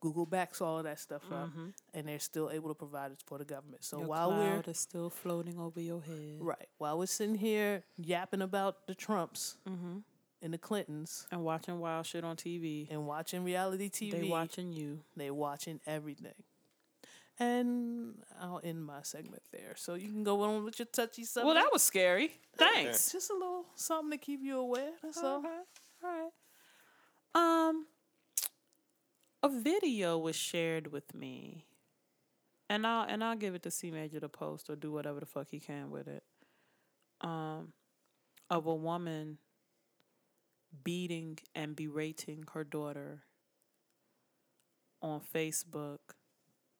Speaker 1: Google backs all of that stuff up, and they're still able to provide it for the government. So
Speaker 2: Mm-hmm. Your
Speaker 1: while we're
Speaker 2: cloud is still floating over your head,
Speaker 1: right, while we're sitting here yapping about the Trumps
Speaker 2: Mm-hmm.
Speaker 1: and the Clintons
Speaker 2: and watching wild shit on TV,
Speaker 1: and watching reality TV,
Speaker 2: they watching you.
Speaker 1: they watching everything. And I'll end my segment there, so you can go on with your touchy subject.
Speaker 2: Well, that was scary. Thanks.
Speaker 1: just a little something to keep you aware. That's all.
Speaker 2: All right. Um, a video was shared with me, and I'll and I'll give it to C Major to post or do whatever the fuck he can with it. Um, of a woman beating and berating her daughter on Facebook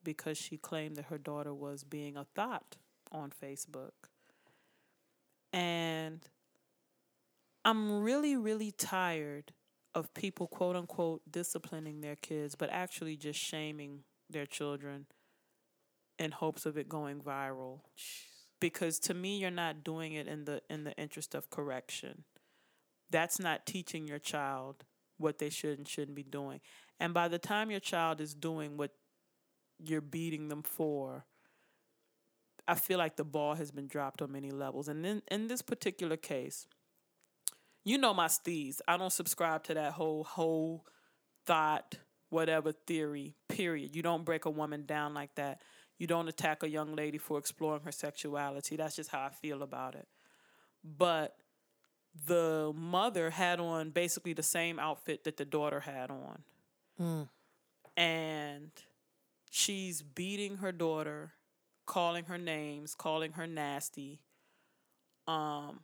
Speaker 2: because she claimed that her daughter was being a thought on Facebook. And I'm really, really tired of people, quote unquote, disciplining their kids, but actually just shaming their children in hopes of it going viral. Because to me, you're not doing it in the in the interest of correction. That's not teaching your child what they should and shouldn't be doing. And by the time your child is doing what you're beating them for, I feel like the ball has been dropped on many levels. And then in this particular case, you know my steez. I don't subscribe to that whole whole thought whatever theory. Period. You don't break a woman down like that. You don't attack a young lady for exploring her sexuality. That's just how I feel about it. But the mother had on basically the same outfit that the daughter had on. And she's beating her daughter, calling her names, calling her nasty. Um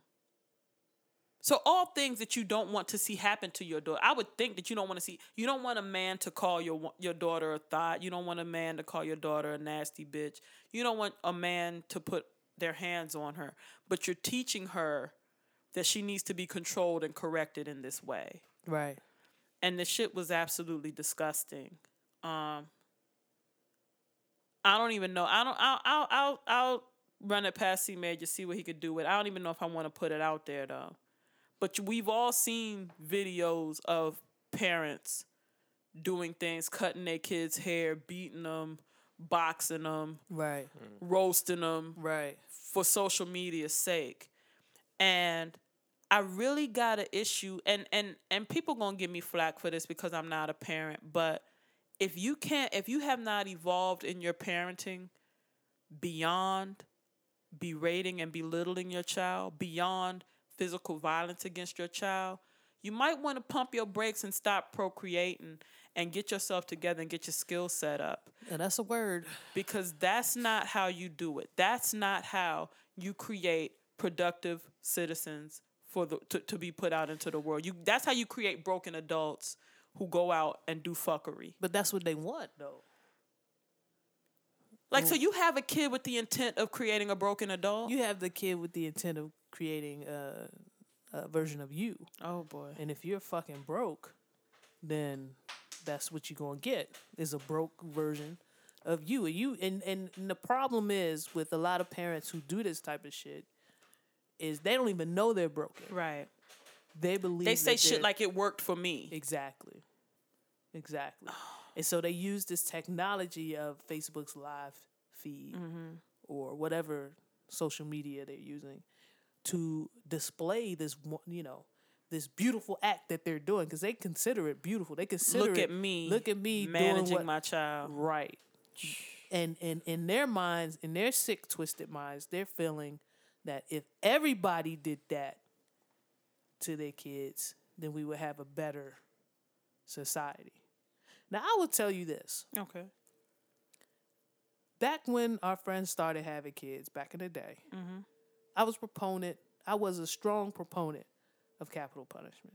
Speaker 2: so all things that you don't want to see happen to your daughter. I would think that you don't want to see you don't want a man to call your wo- your daughter a thought. You don't want a man to call your daughter a nasty bitch. You don't want a man to put their hands on her. But you're teaching her that she needs to be controlled and corrected in this way
Speaker 1: Right.
Speaker 2: and the shit was absolutely disgusting. Um, I don't even know. I don't. I'll. I'll. I'll, I'll run it past C Major see what he could do with. it. I don't even know if I want to put it out there though. But you- we've all seen videos of parents doing things, cutting their kids' hair, beating them, boxing them,
Speaker 1: Right.
Speaker 2: roasting them,
Speaker 1: Right.
Speaker 2: for social media's sake. And I really got an issue and and and people going to give me flack for this because I'm not a parent, but if you can't if you have not evolved in your parenting beyond berating and belittling your child, beyond physical violence against your child, you might want to pump your brakes and stop procreating and get yourself together and get your skill set up
Speaker 6: Yeah, that's a word.
Speaker 2: because that's not how you do it. That's not how you create productive citizens for the to, to be put out into the world. You that's how you create broken adults who go out and do fuckery.
Speaker 1: But that's what they want, though.
Speaker 2: Like so you have a kid with the intent of creating a broken adult.
Speaker 1: Mm. You have the kid with the intent of creating a, a version of you,
Speaker 2: oh boy.
Speaker 1: and if you're fucking broke, then that's what you're gonna get is a broke version of you. And you and and the problem is with a lot of parents who do this type of shit is they don't even know they're broken.
Speaker 2: Right.
Speaker 1: They believe
Speaker 2: They say
Speaker 1: that
Speaker 2: shit
Speaker 1: they're-
Speaker 2: like it worked for me.
Speaker 1: Exactly. Exactly. and so they use this technology of Facebook's live feed
Speaker 2: Mm-hmm.
Speaker 1: or whatever social media they're using to display this, mo- you know, this beautiful act that they're doing because they consider it beautiful. They consider
Speaker 2: Look
Speaker 1: it-
Speaker 2: at me.
Speaker 1: Look at me doing
Speaker 2: managing
Speaker 1: what-
Speaker 2: my child.
Speaker 1: right. And and in their minds, in their sick, twisted minds, they're feeling that if everybody did that to their kids, then we would have a better society. Now I will tell you this.
Speaker 2: Okay.
Speaker 1: Back when our friends started having kids back in the day, I was proponent, I was a strong proponent of capital punishment.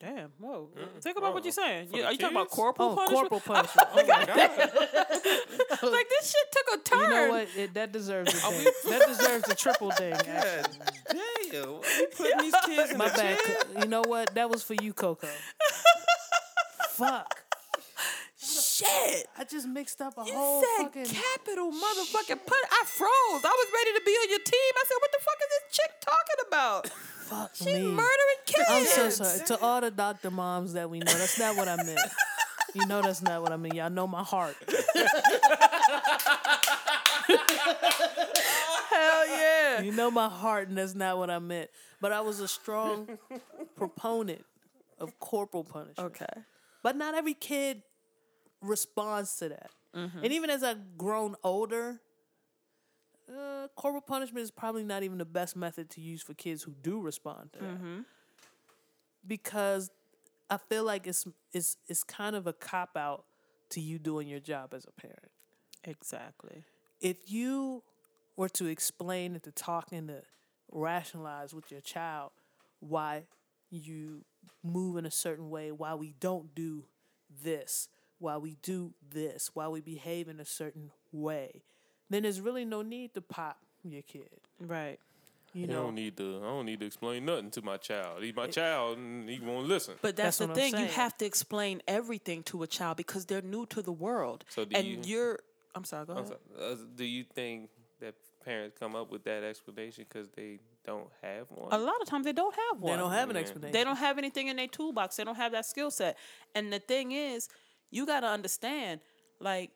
Speaker 2: Damn. Whoa. Think about what
Speaker 3: wow.
Speaker 2: you're saying.
Speaker 3: For
Speaker 2: You-
Speaker 3: the
Speaker 2: are you talking about
Speaker 3: kids?
Speaker 2: corporal
Speaker 1: oh,
Speaker 2: punishment?
Speaker 1: corporal punishment. Oh my God.
Speaker 2: Like this shit took a turn.
Speaker 1: You know what? It, that deserves a ding. that deserves a triple ding. actually.
Speaker 3: God damn, what you putting these kids in
Speaker 1: My
Speaker 3: the
Speaker 1: bad.
Speaker 3: chair?
Speaker 1: Co- You know what? That was for you, Coco. Fuck.
Speaker 2: Shit.
Speaker 1: I just mixed up a
Speaker 2: You
Speaker 1: whole
Speaker 2: said
Speaker 1: fucking.
Speaker 2: capital motherfucking put. I froze. I was ready to be on your team. I said, what the fuck is this chick talking about?
Speaker 1: fuck
Speaker 2: She
Speaker 1: me.
Speaker 2: murdering kids.
Speaker 1: I'm so sorry to all the doctor moms that we know. That's not what I meant. You know that's not what I mean. Y'all know my heart.
Speaker 2: Hell yeah.
Speaker 1: You know my heart, and that's not what I meant. But I was a strong proponent of corporal punishment.
Speaker 2: Okay.
Speaker 1: But not every kid responds to that. And even as I've grown older, uh, corporal punishment is probably not even the best method to use for kids who do respond to that. Because I feel like it's it's it's kind of a cop out to you doing your job as a parent.
Speaker 2: Exactly.
Speaker 1: If you were to explain and to talk and to rationalize with your child why you move in a certain way, why we don't do this, why we do this, why we behave in a certain way, then there's really no need to pop your kid.
Speaker 2: Right.
Speaker 1: You
Speaker 3: I
Speaker 1: know,
Speaker 3: don't need to. I don't need to explain nothing to my child. He's my child, and he won't listen.
Speaker 2: But
Speaker 1: That's
Speaker 2: that's, the
Speaker 1: what I'm
Speaker 2: thing. You
Speaker 1: saying.
Speaker 2: have to explain everything to a child because they're new to the world.
Speaker 3: So do
Speaker 2: and
Speaker 3: you-
Speaker 2: are I'm sorry, go
Speaker 3: I'm
Speaker 2: ahead.
Speaker 3: so- uh, do you think that parents come up with that explanation because they don't have one?
Speaker 2: A lot of times they don't have one.
Speaker 1: they don't have an
Speaker 3: Yeah.
Speaker 1: explanation.
Speaker 2: They don't have anything in their toolbox. They don't have that skill set. And the thing is, you got to understand, like,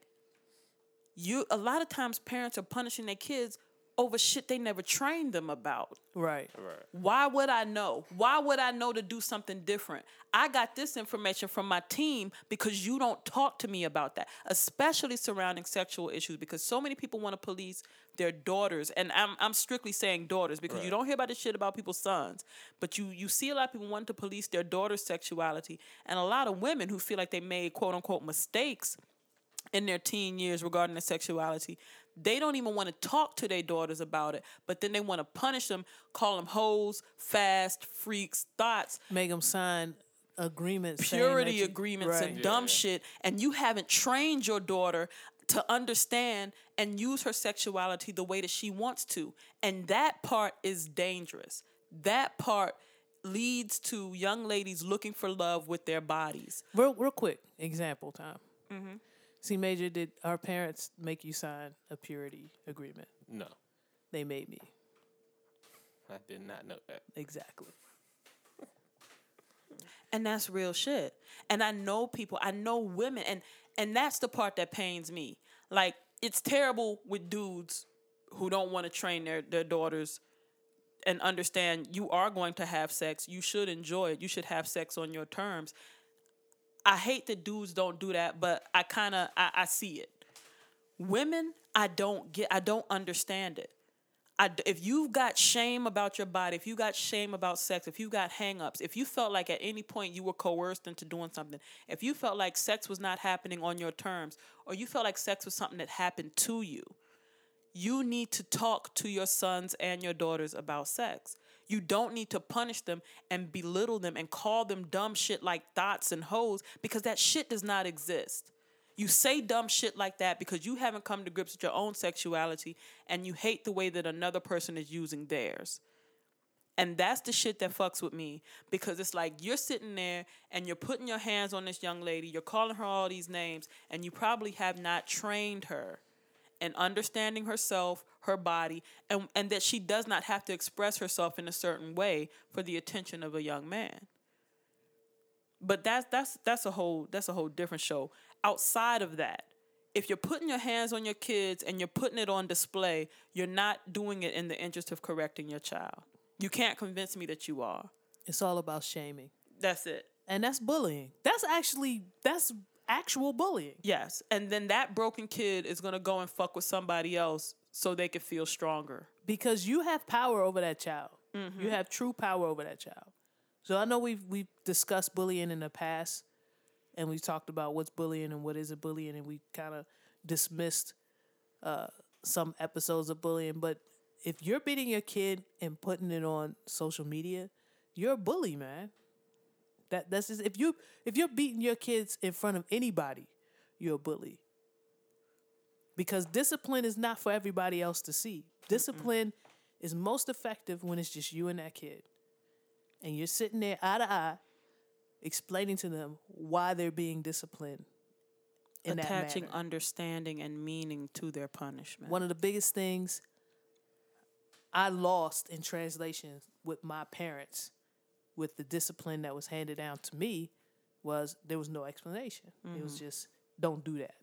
Speaker 2: you a lot of times parents are punishing their kids over shit they never trained them about.
Speaker 1: right.
Speaker 2: Why would I know? Why would I know to do something different? I got this information from my team because you don't talk to me about that, especially surrounding sexual issues because so many people want to police their daughters and I'm I'm strictly saying daughters because you don't hear about this shit about people's sons, but you you see a lot of people wanting to police their daughter's sexuality and a lot of women who feel like they made quote unquote mistakes in their teen years regarding their sexuality. They don't even want to talk to their daughters about it, but then they want to punish them, call them hoes, fast, freaks, thoughts,
Speaker 1: Make them sign agreements. saying that
Speaker 2: purity
Speaker 1: you-
Speaker 2: agreements,
Speaker 1: Right.
Speaker 2: and dumb shit. And you haven't trained your daughter to understand and use her sexuality the way that she wants to. And that part is dangerous. That part leads to young ladies looking for love with their bodies.
Speaker 1: Real, real quick example time.
Speaker 2: Mm-hmm.
Speaker 1: See, Major, did our parents make you sign a purity agreement?
Speaker 3: No,
Speaker 1: They made me.
Speaker 3: I did not know that.
Speaker 1: Exactly.
Speaker 2: and that's real shit and i know people i know women and and that's the part that pains me like it's terrible with dudes who don't want to train their, their daughters and understand you are going to have sex you should enjoy it you should have sex on your terms i hate that dudes don't do that but i kind of I, I see it women i don't get i don't understand it I d if you've got shame about your body, if you got shame about sex, if you got hangups, if you felt like at any point you were coerced into doing something, if you felt like sex was not happening on your terms, or you felt like sex was something that happened to you, you need to talk to your sons and your daughters about sex. You don't need to punish them and belittle them and call them dumb shit like dots and hoes because that shit does not exist. You say dumb shit like that because you haven't come to grips with your own sexuality and you hate the way that another person is using theirs. And that's the shit that fucks with me because it's like you're sitting there and you're putting your hands on this young lady, you're calling her all these names, and you probably have not trained her and understanding herself, her body, and, and that she does not have to express herself in a certain way for the attention of a young man. But that's that's that's a whole that's a whole different show. Outside of that, if you're putting your hands on your kids and you're putting it on display, you're not doing it in the interest of correcting your child. You can't convince me that you are.
Speaker 1: It's all about shaming.
Speaker 2: That's it.
Speaker 1: And that's bullying. That's actually that's actual bullying.
Speaker 2: Yes. And then that broken kid is gonna go and fuck with somebody else so they can feel stronger.
Speaker 1: because you have power over that child. You have true power over that child. So I know we've we've discussed bullying in the past, and we've talked about what's bullying and what isn't bullying, and we kind of dismissed uh, some episodes of bullying. But if you're beating your kid and putting it on social media, you're a bully, man. That that's just, if you if you're beating your kids in front of anybody, you're a bully because discipline is not for everybody else to see. Discipline is most effective when it's just you and that kid. And you're sitting there eye to eye explaining to them why they're being disciplined in
Speaker 2: Attaching
Speaker 1: that manner.
Speaker 2: understanding and meaning to their punishment.
Speaker 1: One of the biggest things I lost in translation with my parents with the discipline that was handed down to me was there was no explanation. It was just don't do that.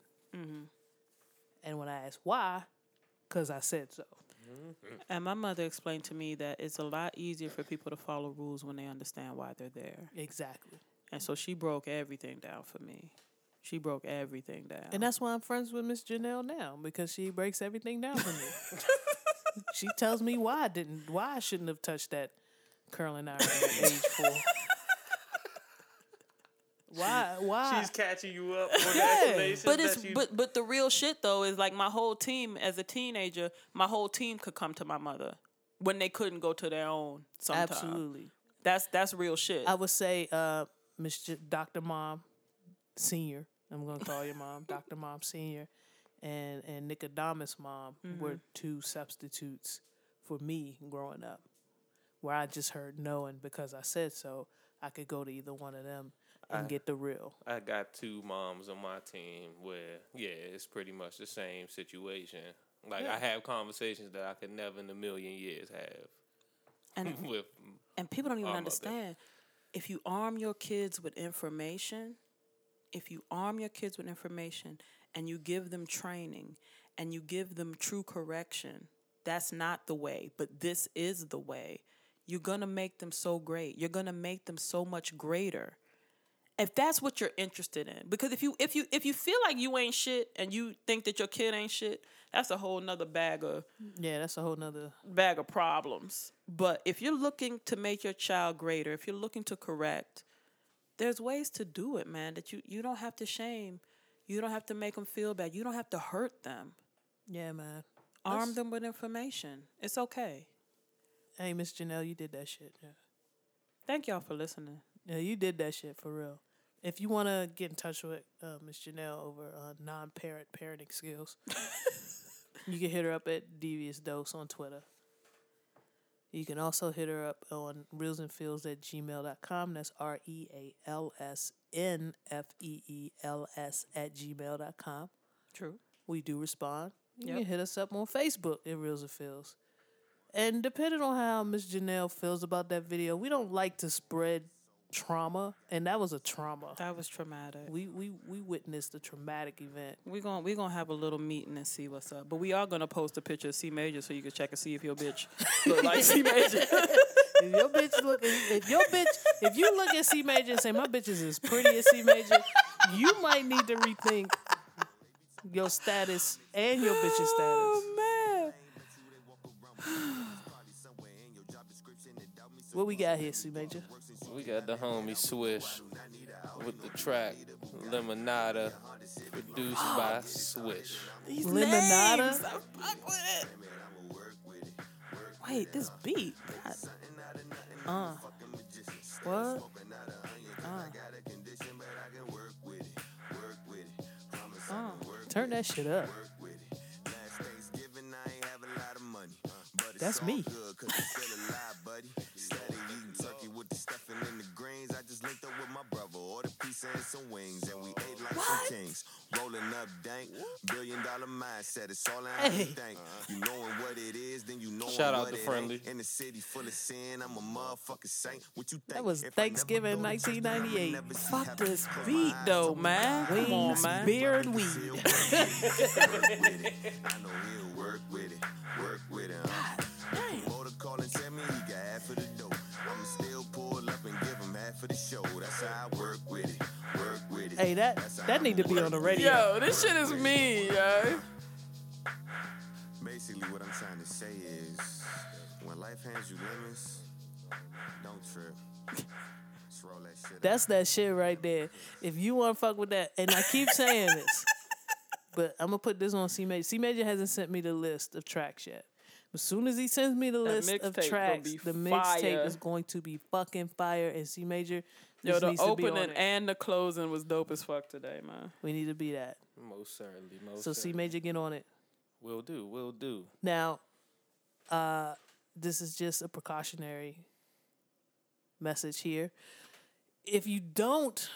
Speaker 1: And when I asked why, because I said so.
Speaker 2: And my mother explained to me that it's a lot easier for people to follow rules when they understand why they're there.
Speaker 1: Exactly.
Speaker 2: And so she broke everything down for me. She broke everything down.
Speaker 1: And that's why I'm friends with Miss Janelle now because she breaks everything down for me. she tells me why I didn't, why I shouldn't have touched that curling iron at age four. Why? Why?
Speaker 3: She's catching you up on the explanations
Speaker 2: but it's
Speaker 3: that you-
Speaker 2: but but the real shit though is like my whole team as a teenager, my whole team could come to my mother when they couldn't go to their own. Sometimes
Speaker 1: Absolutely.
Speaker 2: that's that's real shit.
Speaker 1: I would say, uh, Miss J- Doctor Mom Senior. I'm gonna call your mom Doctor Mom Senior, and and Nicodemus Mom were two substitutes for me growing up, where I just heard no, and because I said so, I could go to either one of them and get the real.
Speaker 3: I got two moms on my team where, yeah, it's pretty much the same situation. Like I have conversations that I could never in a million years have
Speaker 2: and
Speaker 3: with.
Speaker 2: and people don't even
Speaker 3: Arm up there.
Speaker 2: understand if you arm your kids with information if you arm your kids with information and you give them training and you give them true correction that's not the way but this is the way you're going to make them so great you're going to make them so much greater if that's what you're interested in because if you if you if you feel like you ain't shit and you think that your kid ain't shit that's a whole nother bag of
Speaker 1: Yeah, that's a whole nother.
Speaker 2: bag of problems. But if you're looking to make your child greater, if you're looking to correct, there's ways to do it, man. That you you don't have to shame, you don't have to make them feel bad, you don't have to hurt them.
Speaker 1: Yeah, man.
Speaker 2: Arm them with information. It's okay.
Speaker 1: Hey, Miss Janelle, you did that shit. Yeah.
Speaker 2: Thank y'all for listening.
Speaker 1: Yeah, you did that shit for real. If you want to get in touch with uh, Miss Janelle over uh, non-parent parenting skills, you can hit her up at Devious Dose on Twitter. You can also hit her up on reelsandfeels and feels at gmail.com. That's R E A L S N F E E L S at gmail.com.
Speaker 2: True.
Speaker 1: We do respond. You
Speaker 2: Yep.
Speaker 1: can hit us up on Facebook at Reels and Feels. And depending on how Miss Janelle feels about that video, we don't like to spread trauma, and that was a trauma.
Speaker 2: That was traumatic.
Speaker 1: We we we witnessed a traumatic event.
Speaker 2: We're gonna we gonna have a little meeting and see what's up. But we are gonna post a picture of C Major so you can check and see if your bitch look like C Major.
Speaker 1: If your bitch look, if if your bitch, if you look at C major and say my bitch is as pretty as C major, you might need to rethink
Speaker 2: Oh,
Speaker 1: your status and your bitch's status.
Speaker 2: Man.
Speaker 1: What we got here, C Major?
Speaker 3: We got the homie Swish with the track Lemonada, produced by Swish.
Speaker 2: These
Speaker 1: Lemonada?
Speaker 2: names, I fuck with it. Wait, this beat. God. Uh. What? Uh.
Speaker 1: Turn that shit up. That's me.
Speaker 2: What?
Speaker 8: Rolling up dank, billion dollar mindset. It's all I
Speaker 1: Hey.
Speaker 8: think. You knowing what it is, then you know
Speaker 3: Shout out
Speaker 8: what
Speaker 3: to
Speaker 8: it
Speaker 3: Friendly.
Speaker 8: ain't. In the city full of sin, I'm a motherfucking saint. What you think?
Speaker 1: That was
Speaker 8: If I never
Speaker 1: Thanksgiving
Speaker 8: go to church, I'll
Speaker 1: 1998.
Speaker 8: never see
Speaker 2: Fuck
Speaker 8: heaven.
Speaker 2: this
Speaker 8: Close my
Speaker 2: beat
Speaker 8: eyes,
Speaker 2: though,
Speaker 8: open my
Speaker 2: man. Come on,
Speaker 1: Wings,
Speaker 2: man.
Speaker 1: beer, and
Speaker 8: I
Speaker 1: weed.
Speaker 8: know he'll work with it, work with it. huh? Motor call and tell me he got half of the dough. I'ma still pull up and give him half of the show. That's how I work with it, work with it.
Speaker 1: Hey, that
Speaker 8: That's how
Speaker 1: that need to be on the radio.
Speaker 2: Yo, this shit is mean, yo.
Speaker 8: Basically, what I'm trying to say is, when life hands you lemons, don't trip. Just roll that shit. up.
Speaker 1: That's that shit right there. If you want to fuck with that, and I keep saying this, but I'm gonna put this on C Major. C Major hasn't sent me the list of tracks yet. As soon as he sends me the list
Speaker 2: mixtape
Speaker 1: of
Speaker 2: gonna
Speaker 1: tracks,
Speaker 2: be
Speaker 1: the mixtape
Speaker 2: fire.
Speaker 1: is going to be fucking fire. And C Major,
Speaker 2: Yo,
Speaker 1: this
Speaker 2: the
Speaker 1: needs to be on
Speaker 2: opening
Speaker 1: it.
Speaker 2: and the closing was dope as fuck today, man.
Speaker 1: we need to be that.
Speaker 3: Most certainly, most
Speaker 1: So C
Speaker 3: certainly.
Speaker 1: Major, get on it
Speaker 3: Will do, will do.
Speaker 1: now. Uh, this is just a precautionary message here. If you don't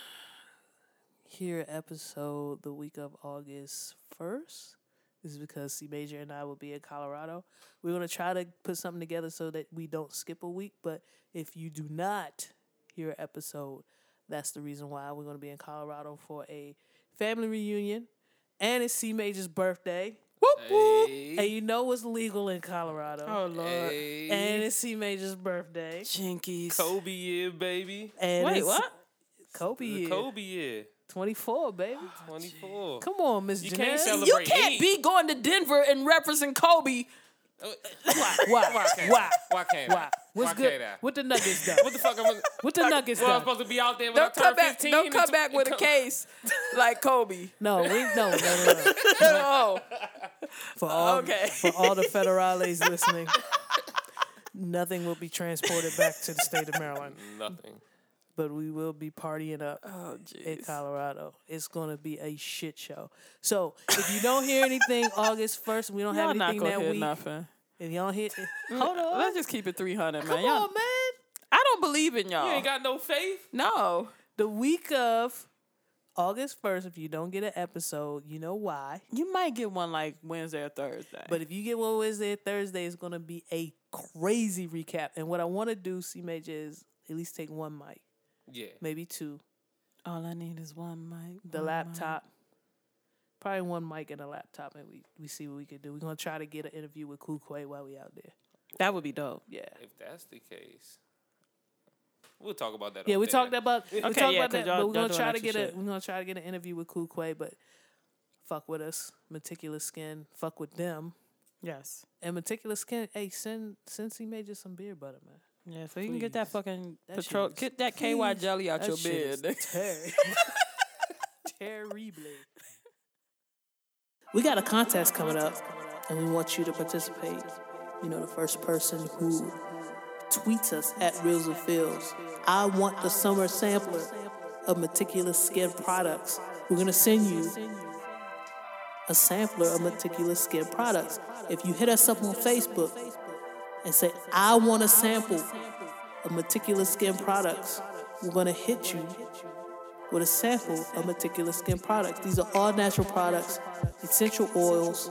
Speaker 1: hear episode the week of August 1st, this is because C Major and I will be in Colorado. We're going to try to put something together so that we don't skip a week. But if you do not hear episode, that's the reason why we're going to be in Colorado for a family reunion. And it's C Major's birthday. Whoop, whoop. And you know what's legal in Colorado.
Speaker 2: Oh lord,
Speaker 1: And it's C Major's birthday.
Speaker 2: jinkies.
Speaker 3: Kobe year, baby.
Speaker 1: And
Speaker 2: Wait,
Speaker 1: it's
Speaker 2: what?
Speaker 1: Kobe
Speaker 3: The
Speaker 1: year.
Speaker 3: Kobe year,
Speaker 1: 24, baby.
Speaker 3: 24.
Speaker 1: Come on, Miss
Speaker 3: You can't
Speaker 1: Janice.
Speaker 3: celebrate
Speaker 2: You can't
Speaker 3: eight.
Speaker 2: be going to Denver and representing Kobe.
Speaker 3: Why?
Speaker 1: Why?
Speaker 3: can't
Speaker 1: Why?
Speaker 3: I? Why can't I?
Speaker 1: Why? What's
Speaker 3: Why
Speaker 1: good?
Speaker 3: can't I?
Speaker 1: What the Nuggets done?
Speaker 3: What the fuck? I'm,
Speaker 1: What the Nuggets
Speaker 3: well, I'm
Speaker 1: done?
Speaker 3: supposed to be out there when
Speaker 2: Don't
Speaker 3: I turn
Speaker 2: come back.
Speaker 3: 15.
Speaker 2: Don't
Speaker 3: and
Speaker 2: come
Speaker 3: tw-
Speaker 2: back with a
Speaker 3: come-
Speaker 2: case like Kobe.
Speaker 1: No, we no, no, no, no.
Speaker 2: Oh,
Speaker 1: For all
Speaker 2: Okay.
Speaker 1: for all the federales listening, nothing will be transported back to the state of Maryland,
Speaker 3: Nothing.
Speaker 1: but we will be partying up
Speaker 2: oh
Speaker 1: in
Speaker 2: jeez.
Speaker 1: Colorado. It's gonna be a shit show. So if you don't hear anything August first, we don't
Speaker 2: Y'all
Speaker 1: have
Speaker 2: not
Speaker 1: anything
Speaker 2: gonna
Speaker 1: that
Speaker 2: hear
Speaker 1: week.
Speaker 2: nothing.
Speaker 1: If y'all hear, hold on,
Speaker 2: Let's just keep it 300, man.
Speaker 1: come
Speaker 2: Y'all-
Speaker 1: on, man.
Speaker 2: I don't believe in y'all.
Speaker 3: You ain't got no faith?
Speaker 2: no.
Speaker 1: The week of August first, if you don't get an episode, you know why.
Speaker 2: You might get one like Wednesday or Thursday.
Speaker 1: But if you get one Wednesday and Thursday, it's gonna be a crazy recap. And what I wanna do, C Major, is at least take one mic,
Speaker 3: Yeah.
Speaker 1: maybe two.
Speaker 2: all I need is one mic.
Speaker 1: The
Speaker 2: one
Speaker 1: laptop. Probably one mic and a laptop and we, we see what we can do. We're gonna try to get an interview with Kukwe while we out there.
Speaker 2: mic. That would be dope.
Speaker 1: Yeah.
Speaker 3: If that's the case, we'll talk about that.
Speaker 1: Yeah,
Speaker 3: off
Speaker 1: we
Speaker 3: air.
Speaker 1: talked about we
Speaker 2: Okay,
Speaker 1: talked
Speaker 2: yeah,
Speaker 1: about
Speaker 2: 'cause
Speaker 1: that, but
Speaker 2: y'all-
Speaker 1: we're
Speaker 2: y'all
Speaker 1: gonna
Speaker 2: doing
Speaker 1: try to
Speaker 2: extra
Speaker 1: get a
Speaker 2: shit.
Speaker 1: we're gonna try to get an interview with Kukwe, but fuck with us. Meticulous skin, fuck with them.
Speaker 2: Yes.
Speaker 1: And meticulous skin, hey, send send C Major some beer butter, man.
Speaker 2: Yeah, so you can get that fucking
Speaker 1: That shit
Speaker 2: patrol.
Speaker 1: is-
Speaker 2: Get that KY
Speaker 1: please,
Speaker 2: jelly out
Speaker 1: that
Speaker 2: your
Speaker 1: shit
Speaker 2: bed.
Speaker 1: is
Speaker 2: nigga.
Speaker 1: terribly. We got a contest coming up, and we want you to participate. You know, the first person who tweets us at Reels and Fields, I want the summer sampler of meticulous skin products. We're gonna send you a sampler of meticulous skin products. If you hit us up on Facebook and say, I want a sample of meticulous skin products, we're gonna hit you with a sample of meticulous skin products. These are all natural products, essential oils,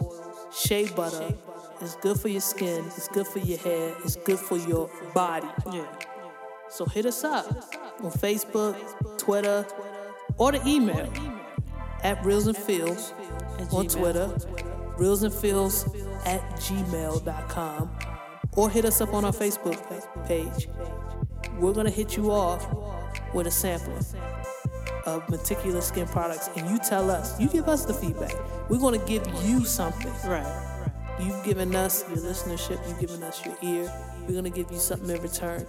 Speaker 1: shea butter. It's good for your skin, it's good for your hair, it's good for your body.
Speaker 2: Yeah.
Speaker 1: So hit us up on Facebook, Twitter, or the email at Reels and Fields on Twitter, Reels and Fields at gmail.com, or hit us up on our Facebook pa- page. We're going to hit you off with a sample of meticulous skin products, and you tell us, you give us the feedback. We're going to give you something.
Speaker 2: Right.
Speaker 1: You've given us your listenership, you've given us your ear. We're going to give you something in return.